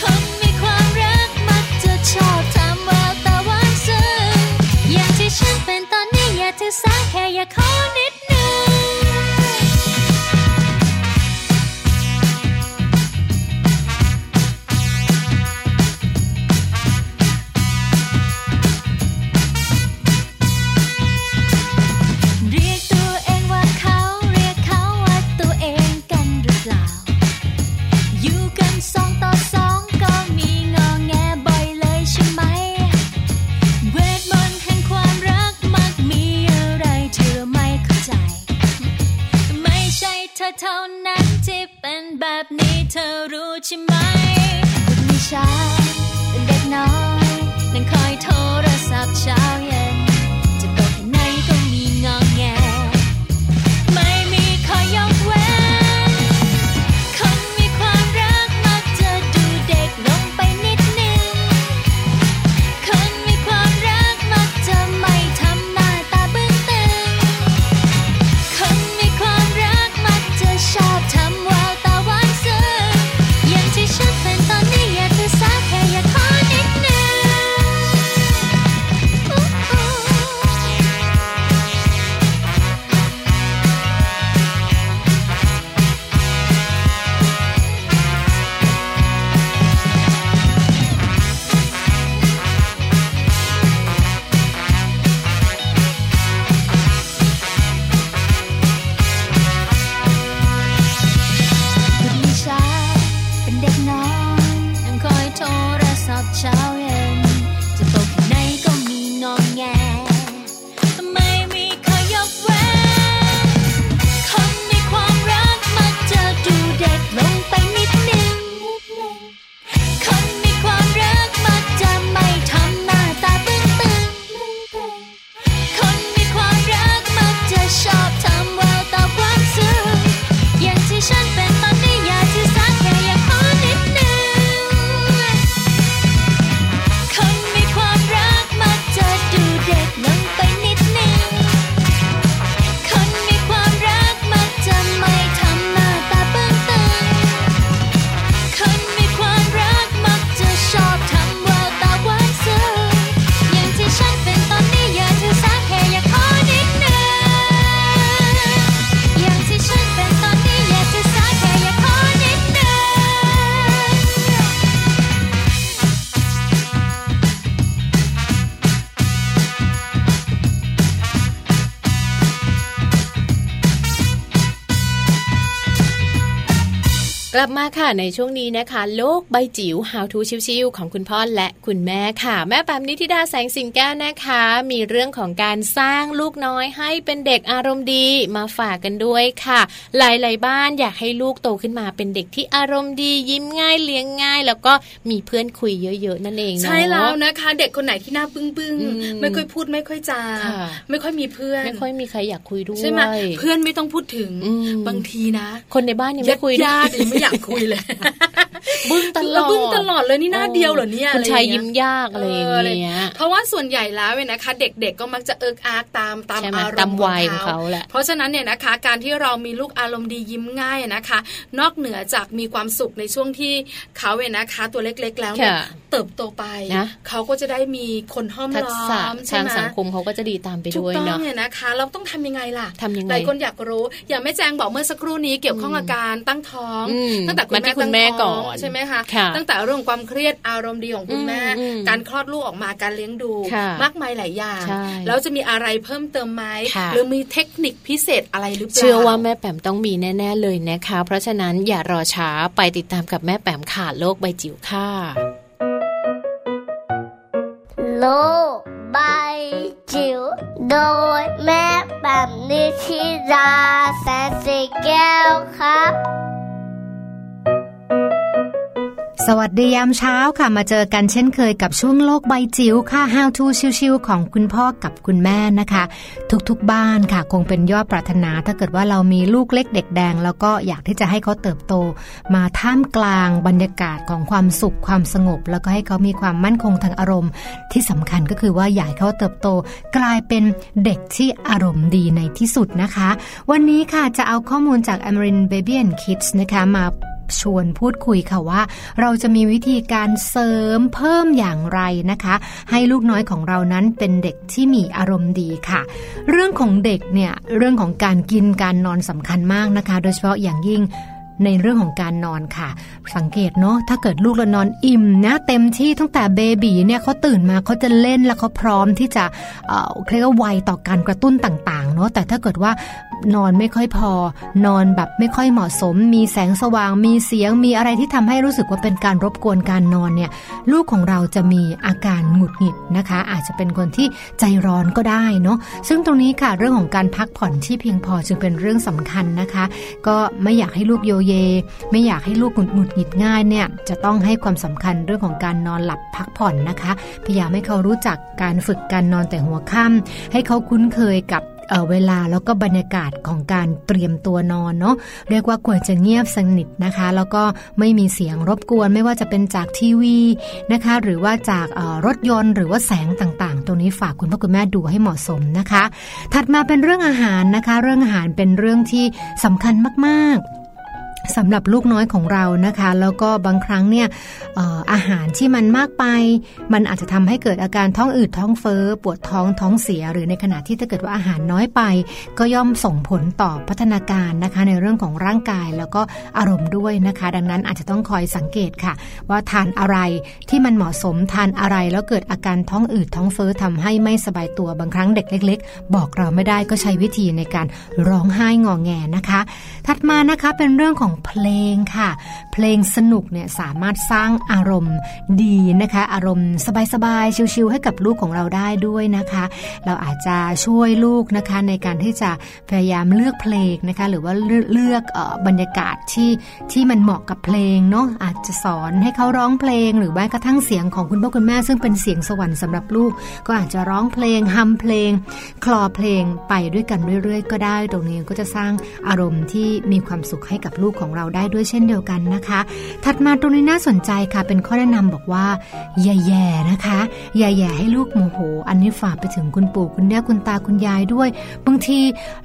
A: คนมีความรักมักจะชอบทำแววตาหวานซึ้งอย่างที่ฉันเป็นตอนนี้อย่าถือสาแค่อยากขอนิดนึง ค
B: กลับมาค่ะในช่วงนี้นะคะ โลกใบจิ๋ว How to ชิวๆของคุณพ่อและคุณแม่ค่ะ แม่แปมนิธิดาแสงสิงแก้วนะคะ มีเรื่องของการสร้างลูกน้อยให้เป็นเด็กอารมณ์ดีมาฝากกันด้วยค่ะ หลายๆบ้านอยากให้ลูกโตขึ้นมาเป็นเด็กที่อารมณ์ดียิ้มง่ายเลี้ยงง่าย แล้วก็มีเพื่อนคุยเยอะๆนั่นเองเนาะ
C: ใช่แล้วนะคะ เด็กคนไหนที่หน้าบึ้งบึ้ง
B: อืม
C: ไม่ค่อยพูดไม่ค่อยจา
B: ค่ะ
C: ไม่ค่อยมีเพื่อน
B: ไม่ค่อยมีใครอยากคุยด้วย
C: ใช่ไหมเพื่อนไม่ต้องพูดถึง
B: อืม
C: บางทีนะ
B: คนในบ้านยังไม่คุย
C: ญาติๆยังไม่อยากคุยเลย
B: บึ้งตลอด
C: แล้วบึ้งตลอดเลยนี่หน้าเดียวเหรอเนี่ย
B: คุณชาย
C: อะไรอย่างเงี้ย
B: ยิ้มยากอะไรอย่างเงี้ย
C: เพราะว่าส่วนใหญ่แล้วเนี่ยนะคะ เด็กๆก็มักจะเอิกอากตามตาม
B: ใช่ไหม
C: อาร
B: ตาม ม
C: ณ์
B: วัย
C: ข
B: ข
C: อ
B: อง ง
C: เขา
B: เขาแหละ
C: เพราะฉะนั้นเนี่ยนะคะ การที่เรามีลูกอารมณ์ดียิ้มง่ายนะคะ นอกเหนือจากมีความสุขในช่วงที่เขาเนี่ยนะคะ ตัวเล็กๆแล้วเนี่ย
B: ค่ะ
C: เติบโตไป
B: นะ
C: เขาก็จะได้มีคนห้อม
B: ทัก
C: ล้อ
B: ษะ
C: มใช่
B: ทาง
C: ไหม
B: สังคมเขาก็จะดีตามไป
C: ถู
B: ด้
C: ก
B: วย
C: ต้อง
B: เนาะ
C: เนี่ยนะคะ เราต้องทำยังไงล่ะ
B: ทำยังไง
C: หลายคนอยากรู้ อย่างแม่แจงบอกเมื่อสักครู่นี้เกี่ยวข้องกับการตั้งท้อง
B: อืม
C: ตั้งแต่คุณ
B: มาที่
C: แม่
B: คุณแม่
C: ตั้งท้ง
B: ก่อน
C: ใช่ไหมคะ
B: ค่ะ
C: ตั้งแต่เรื่องความเครียดอารมณ์ดีของคุณแม่
B: อืมอืม
C: การคลอดลูกออกมาการเลี้ยงดู
B: ค่ะ
C: มากมายหลายอย่าง
B: ใช่
C: แล้วจะมีอะไรเพิ่มเติมไหม
B: ค่ะ
C: หรือมีเทคนิคพิเศษอะไรหรือเปล่า
B: เชื่อว่าแม่แปมต้องมีแน่ ๆเลยนะคะ เพราะฉะนั้นอย่ารอช้าไปติดตามกับแม่แปมค่ะโลกใบจิ๋วค่ะ
E: lô bay chiều đôi mép bằng đi khi ra sẽ xì keo khắp
F: สวัสดียามเช้าค่ะ มาเจอกันเช่นเคยกับช่วงโลกใบจิ๋วค่ะ How to ชิวๆของคุณพ่อกับคุณแม่นะคะ ทุกๆบ้านค่ะ คงเป็นยอดปรารถนา ถ้าเกิดว่าเรามีลูกเล็กเด็กแดง แล้วก็อยากที่จะให้เขาเติบโต มาท่ามกลางบรรยากาศของความสุขความสงบ แล้วก็ให้เขามีความมั่นคงทางอารมณ์ ที่สำคัญก็คือว่าอยากให้เขาเติบโต กลายเป็นเด็กที่อารมณ์ดีในที่สุดนะคะ วันนี้ค่ะจะเอาข้อมูลจาก Amarin Baby and Kids นะคะมา ชวนพูดคุยค่ะว่า เราจะมีวิธีการเสริมเพิ่มอย่างไรนะคะ ให้ลูกน้อยของเรานั้นเป็นเด็กที่มีอารมณ์ดีค่ะ เรื่องของเด็กเนี่ยเรื่องของการกินการนอนสำคัญมากนะคะ โดยเฉพาะอย่างยิ่งในเรื่องของการนอนค่ะ สังเกตเนาะถ้าเกิดลูกเรานอนอิ่มนะเต็มที่ตั้งแต่เบบีเนี่ยเขาตื่นมาเขาจะเล่นแล้วเขาพร้อมที่จะเอ่อเรียกว่าไวต่อการกระตุ้นต่างๆเนาะแต่ถ้าเกิดว่านอนไม่ค่อยพอ นอนแบบไม่ค่อยเหมาะสม มีแสงสว่าง มีเสียงมีอะไรที่ทำให้รู้สึกว่าเป็นการรบกวนการนอนเนี่ยลูกของเราจะมีอาการหงุดหงิดนะคะ อาจจะเป็นคนที่ใจร้อนก็ได้เนาะซึ่งตรงนี้ค่ะเรื่องของการพักผ่อนที่เพียงพอจึงเป็นเรื่องสำคัญนะคะ ก็ไม่อยากให้ลูกโยเย ไม่อยากให้ลูกหงุดหงิดง่ายเนี่ยจะต้องให้ความสำคัญเรื่องของการนอนหลับพักผ่อนนะคะ พยายามให้เขารู้จักการฝึกการนอนแต่หัวค่ำให้เขาคุ้นเคยกับเอ่อเวลาแล้วก็บรรยากาศของการเตรียมตัวนอนเนาะเรียกว่าควรจะเงียบสนิทนะคะ แล้วก็ไม่มีเสียงรบกวนไม่ว่าจะเป็นจากทีวีนะคะ หรือว่าจากเอ่อรถยนต์หรือว่าแสงต่างๆ ตรงนี้ฝากคุณพ่อคุณแม่ดูให้เหมาะสมนะคะ ถัดมาเป็นเรื่องอาหารนะคะ เรื่องอาหารเป็นเรื่องที่สำคัญมากๆ สำหรับลูกน้อยของเรานะคะ แล้วก็บางครั้งเนี่ยเอ่ออาหารที่มันมากไป มันอาจจะทำให้เกิดอาการท้องอืดท้องเฟ้อปวดท้องท้องเสีย หรือในขณะที่ถ้าเกิดว่าอาหารน้อยไป ก็ย่อมส่งผลต่อพัฒนาการนะคะ ในเรื่องของร่างกายแล้วก็อารมณ์ด้วยนะคะ ดังนั้นอาจจะต้องคอยสังเกตค่ะ ว่าทานอะไรที่มันเหมาะสมทานอะไรแล้วเกิดอาการท้องอืดท้องเฟ้อทำให้ไม่สบายตัวบางครั้งเด็กเล็ก ๆ บอกเราไม่ได้ก็ใช้วิธีในการร้องไห้งอแงนะคะ ถัดมานะคะเป็นเรื่องของเพลงค่ะ เพลงสนุกเนี่ยสามารถสร้างอารมณ์ดีนะคะ อารมณ์สบายๆชิลๆให้กับลูกของเราได้ด้วยนะคะ เราอาจจะช่วยลูกนะคะในการที่จะพยายามเลือกเพลงนะคะ หรือว่าเลือกเลือกเอ่อบรรยากาศที่ที่มันเหมาะกับเพลงเนาะอาจจะสอนให้เขาร้องเพลง หรือแม้กระทั่งเสียงของคุณพ่อคุณแม่ ซึ่งเป็นเสียงสวรรค์สำหรับลูก ก็อาจจะร้องเพลงฮัมเพลง คลอเพลงไปด้วยกันเรื่อยๆ ก็ได้ ตรงนี้ก็จะสร้างอารมณ์ที่มีความสุขให้กับลูกของเราได้ด้วยเช่นเดียวกันนะคะ ถัดมาตรงนี้น่าสนใจค่ะ เป็นข้อแนะนำบอกว่าอย่าแย่นะคะอย่าแย่ให้ลูกโมโห อันนี้ฝากไปถึงคุณปู่คุณย่าคุณตาคุณยายด้วย บางที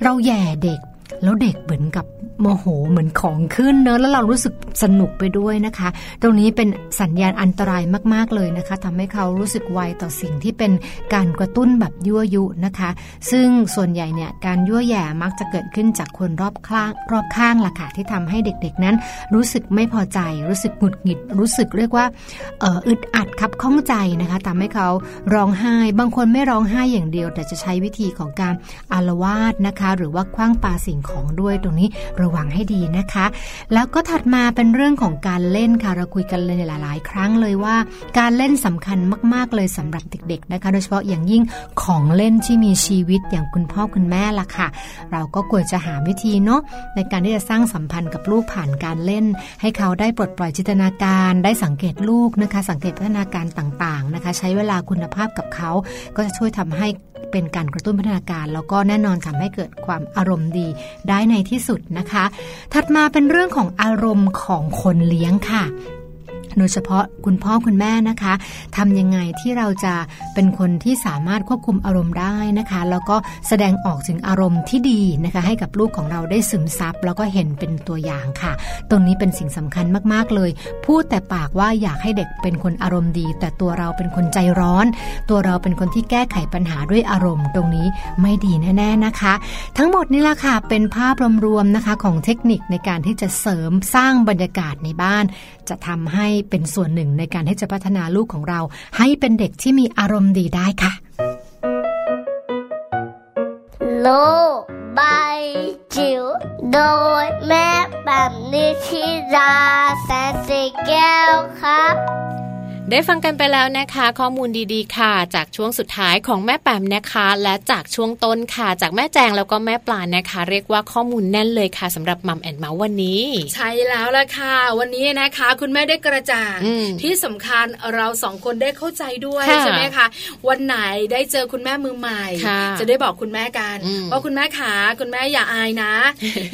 F: เราแย่เด็ก แล้วเด็กเหมือนกับโมโหเหมือนของขึ้นเนอะแล้วเรารู้สึกสนุกไปด้วยนะคะ ตรงนี้เป็นสัญญาณอันตรายมาก ๆ เลยนะคะทำให้เขารู้สึกไวต่อสิ่งที่เป็นการกระตุ้นแบบยั่วยุนะคะ ซึ่งส่วนใหญ่เนี่ยการยั่วแย่มักจะเกิดขึ้นจากคนรอบข้างรอบข้างล่ะค่ะที่ทำให้เด็กๆนั้น รู้สึกไม่พอใจ รู้สึกหงุดหงิด รู้สึกเรียกว่าเอ่ออึดอัดครับข้องใจนะคะทำให้เขาร้องไห้ บางคนไม่ร้องไห้อย่างเดียว แต่จะใช้วิธีของการอารวาสนะคะ หรือว่าคว้างปาสิ่งของด้วยตรงนี้ระ ระวังให้ดีนะคะ แล้วก็ถัดมาเป็นเรื่องของการเล่นค่ะเราคุยกันเลยหลาย ๆ ครั้งเลยว่า การเล่นสำคัญมาก ๆ เลยสำหรับเด็ก ๆ นะคะ โดยเฉพาะอย่างยิ่งของเล่นที่มีชีวิตอย่างคุณพ่อคุณแม่ล่ะค่ะ เราก็ควรจะหาวิธีเนาะในการที่จะสร้างสัมพันธ์กับลูกผ่านการเล่น ให้เขาได้ปลดปล่อยจินตนาการ ได้สังเกตลูกนะคะ สังเกตพัฒนาการต่าง ๆ นะคะ ใช้เวลาคุณภาพกับเขา ก็จะช่วยทำให้เป็นการกระตุ้นพัฒนาการ แล้วก็แน่นอนทำให้เกิดความอารมณ์ดีได้ในที่สุดนะคะ ถัดมาเป็นเรื่องของอารมณ์ของคนเลี้ยงค่ะ โดยเฉพาะคุณพ่อคุณแม่นะคะทำยังไงที่เราจะเป็นคนที่สามารถควบคุมอารมณ์ได้นะคะ แล้วก็แสดงออกถึงอารมณ์ที่ดีนะคะ ให้กับลูกของเราได้ซึมซับแล้วก็เห็นเป็นตัวอย่างค่ะ ตรงนี้เป็นสิ่งสำคัญมาก ๆ เลย พูดแต่ปากว่าอยากให้เด็กเป็นคนอารมณ์ดี แต่ตัวเราเป็นคนใจร้อน ตัวเราเป็นคนที่แก้ไขปัญหาด้วยอารมณ์ ตรงนี้ไม่ดีแน่ ๆนะคะ ทั้งหมดนี่ละค่ะเป็นภาพรวมๆนะคะ ของเทคนิคในการที่จะเสริมสร้างบรรยากาศในบ้าน จะทำให้เป็นส่วนหนึ่งในการที่จะพัฒนาลูกของเรา ให้เป็นเด็กที่มีอารมณ์ดีได้ค่ะ
E: โลกใบจิ๋วโดยแม่แบบนิชิราแสนสีแก้วครับ
B: ได้ฟังกันไปแล้วนะคะ ข้อมูลดีๆ ค่ะ จากช่วงสุดท้ายของแม่แปมนะคะ และจากช่วงต้นค่ะ จากแม่แจงแล้วก็แม่ปลานะคะ เรียกว่าข้อมูลแน่นเลยค่ะสำหรับมัมแอนเมาวันนี้
C: ใช่แล้วล่ะค่ะ วันนี้นะคะ คุณแม่ได้กระจ่าง
B: อืม
C: ที่สำคัญเราสองคนได้เข้าใจด้วย
B: ค่ะ
C: ใช่ไหมคะวันไหนได้เจอคุณแม่มือใหม่
B: ค่ะ
C: จะได้บอกคุณแม่กัน
B: อืม
C: ว่าคุณแม่ขาคุณแม่อย่าอาย
B: [laughs]
C: นะ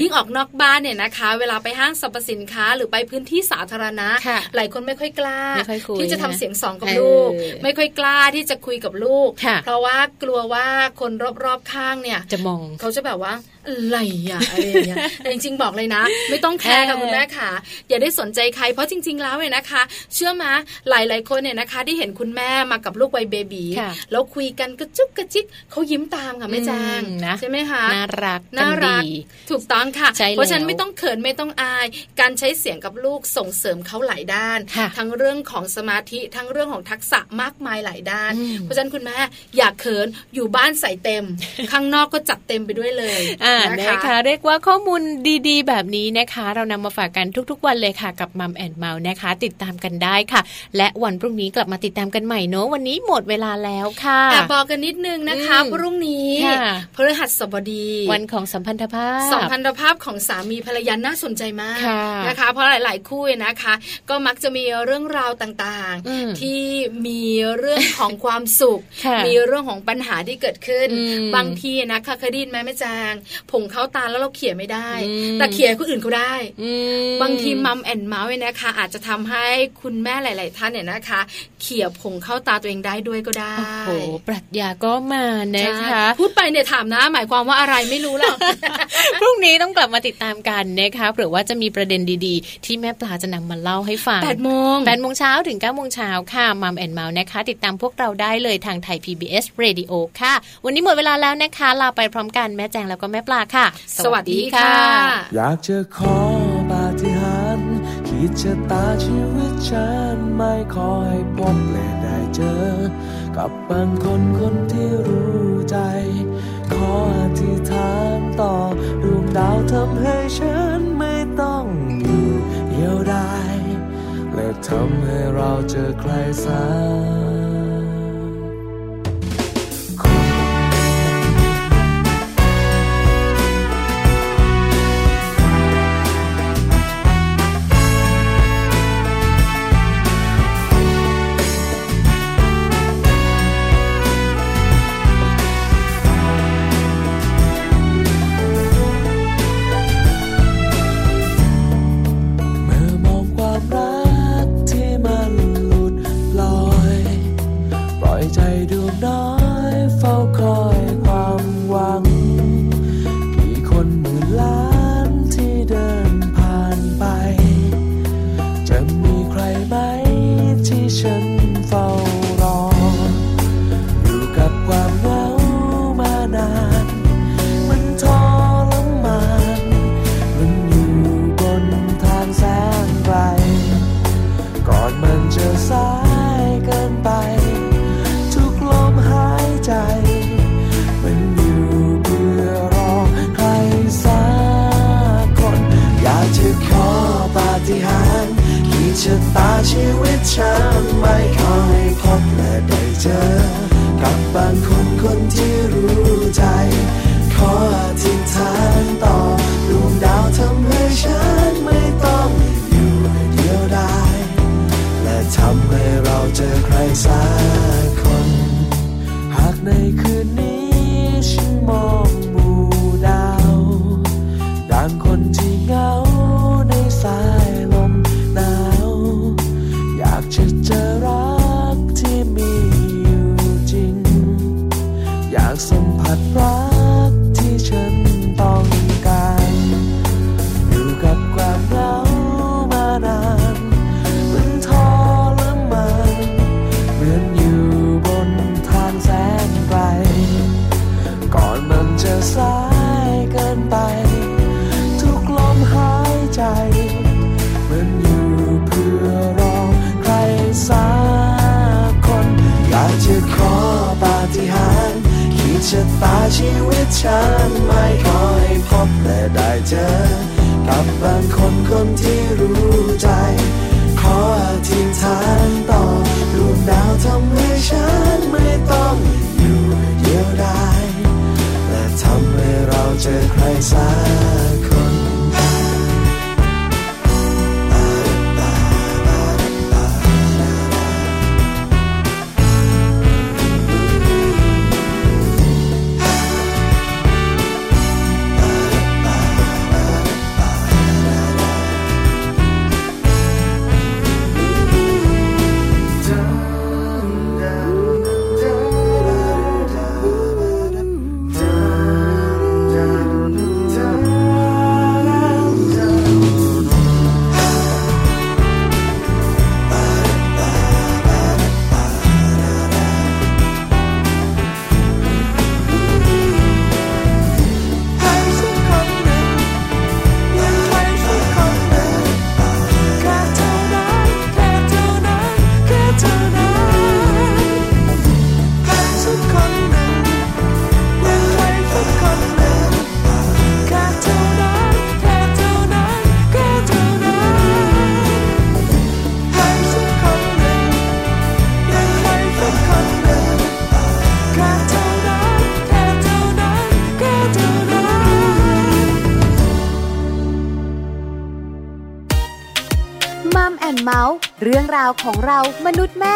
C: ยิ่งออกนอกบ้านเนี่ยนะคะ เวลาไปห้างสรรพสินค้า หรือไปพื้นที่สาธารณะ
B: ค่ะ
C: หลายคนไม่ค่อยกล้า
B: ไม่ค่อยคุย
C: ที่จะทำเสียงสองกับ
B: เออ
C: ลูก ไม่ค่อยกล้าที่จะคุยกับลูก
B: ค่ะ
C: เพราะว่ากลัวว่าคนรอบๆข้างเนี่ย
B: จะมอง
C: เขาจะแบบว่าอะไรอะอะไรอย่างเงี้ย
B: [laughs]
C: แต่จริงๆบอกเลยนะ ไม่ต้องแคร์ค่ะ
B: เออ
C: คุณแม่ค่ะ อย่าได้สนใจใครเพราะจริง ๆ แล้วเนี่ยนะคะ เชื่อมาหลายๆคนเนี่ยนะคะ ที่เห็นคุณแม่มากับลูกวัยเบบี
B: ค่ะ
C: แล้วคุยกันกระจุกกระจิกเขายิ้มตามค่ะแม่จาง
B: อืมนะ
C: ใช่ไหมคะ
B: น่ารักกั
C: น่ารัก
B: ดี
C: ถูกต้องค่ะ
B: ใช่แล้ว
C: เพราะฉะนั้นไม่ต้องเขินไม่ต้องอาย การใช้เสียงกับลูกส่งเสริมเขาหลายด้าน
B: ค่ะ
C: ทั้งเรื่องของสมาธิทั้งเรื่องของทักษะมากมายหลายด้าน
B: อืม
C: เพราะฉะนั้นคุณแม่อย่าเขินอยู่บ้านใส่เต็ม
B: [laughs]
C: ข้างนอกก็จัดเต็มไปด้วยเลย
B: อ่า
C: นะ
B: นะคะ
C: คะ
B: เรียกว่าข้อมูลดีๆ แบบนี้นะคะ เรานำมาฝากกันทุกๆ วันเลยค่ะ กับมัมแอนเมานะคะ ติดตามกันได้ค่ะ และวันพรุ่งนี้กลับมาติดตามกันใหม่เนอะวันนี้หมดเวลาแล้วค่ะ
C: แอบบอกกันนิดนึงนะคะ
B: อืม
C: พรุ่งนี้
B: ค่ะ
C: พฤหัสบดี
B: วันของสัมพันธภาพ
C: สัมพันธภาพของสามีภรรยาน่าสนใจมาก
B: ค่ะ
C: นะคะ เพราะหลาย ๆ คู่เนี่ยนะคะ ก็มักจะมีเรื่องราวต่าง
B: อืม
C: ๆ ที่มีเรื่องของความสุข
B: [laughs] ค่ะ
C: มีเรื่องของปัญหาที่เกิดขึ้น
B: อืม
C: บางทีนะคะเคยไดยินไหมแม่จางผงเข้าตาแล้วเราเขี่ยไม่ได้
B: อืม
C: แต่เขี่ยคนอื่นเขาได้
B: อืม
C: บางทีมัมแอนเมาส์เนี่ยนะคะ อาจจะทำให้คุณแม่หลาย ๆ ท่านเนี่ยนะคะ เขี่ยผงเข้าตาตัวเองได้ด้วยก็ได้
B: โอ้โห ปรัชญาก็มานะคะ
C: ใช่พูดไปเนี่ยถามนะ หมายความว่าอะไรไม่รู้หรอก
B: พรุ่งนี้ต้องกลับมาติดตามกันนะคะเผื่อว่าจะมีประเด็นดีๆ ที่แม่ปลาจะนำมาเล่าให้ฟัง
C: แปดโมง
B: 8โมงเช้าถึง9โมงเช้าค่ะมัมแอนเมาส์นะคะ ติดตามพวกเราได้เลยทางไทย PBS Radio ค่ะ วันนี้หมดเวลาแล้วนะคะ ลาไปพร้อมกันแม่แจงแล้วก็แม่ปลาค่ะ
C: สวัสดีค่ะ
G: อยากจะขอปาฏิหาริย์ขีดชะตาชีวิตฉันไม่ขอให้พบและได้เจอ กับบางคนคนที่รู้ใจ ขออธิษฐานต่อดวงดาวทำให้ฉันไม่ต้องอยู่เดียวดายและทำให้เราเจอใครสักคน เมื่อมองความรักที่มันหลุดลอย ที่รู้ใจ ขออธิษฐานต่อดวงดาวทำให้ฉันไม่ต้องอยู่เดียวดาย และทำให้เราเจอใครสักคน หากในคืนนี้ฉันมองหมู่ดาว ดังคนที่เหงาในสายลมหนาว อยากจะเจอรักที่มีอยู่จริง อยากสัมผัสรักที่ฉันต้องการ อยู่กับความเหงามานานมันทรมานเหมือนอยู่บนทางแสนไกล ก่อนมันจะสายเกินไป ทุกลมหายใจ เหมือนอยู่เพื่อรอใครสักคน อยากจะขอปาฏิหาริย์ขีดชะตาชีวิตฉันไม่ขอให้พบและได้เจอ กับบางคนคนที่รู้ใจ ขออธิษฐานต่อดวงดาวทำให้ฉันไม่ต้องอยู่เดียวดาย และทำให้เราเจอใครสักคน
H: ให้สักคนหนึ่งและให้สักคนหนึ่งแค่เท่านั้นแค่เท่านั้นแค่เท่านั้นให้สักคนหนึ่งและให้สักคนหนึ่งแค่เท่านั้นแค่เท่านั้นแค่เท่านั้นให้สักคนหนึ่งและให้สักคนหนึ่ง แค่เท่านั้นแค่เท่านั้นแค่เท่านั้น
I: มัมแอนเมาส์เรื่องราวของเรามนุษย์แม่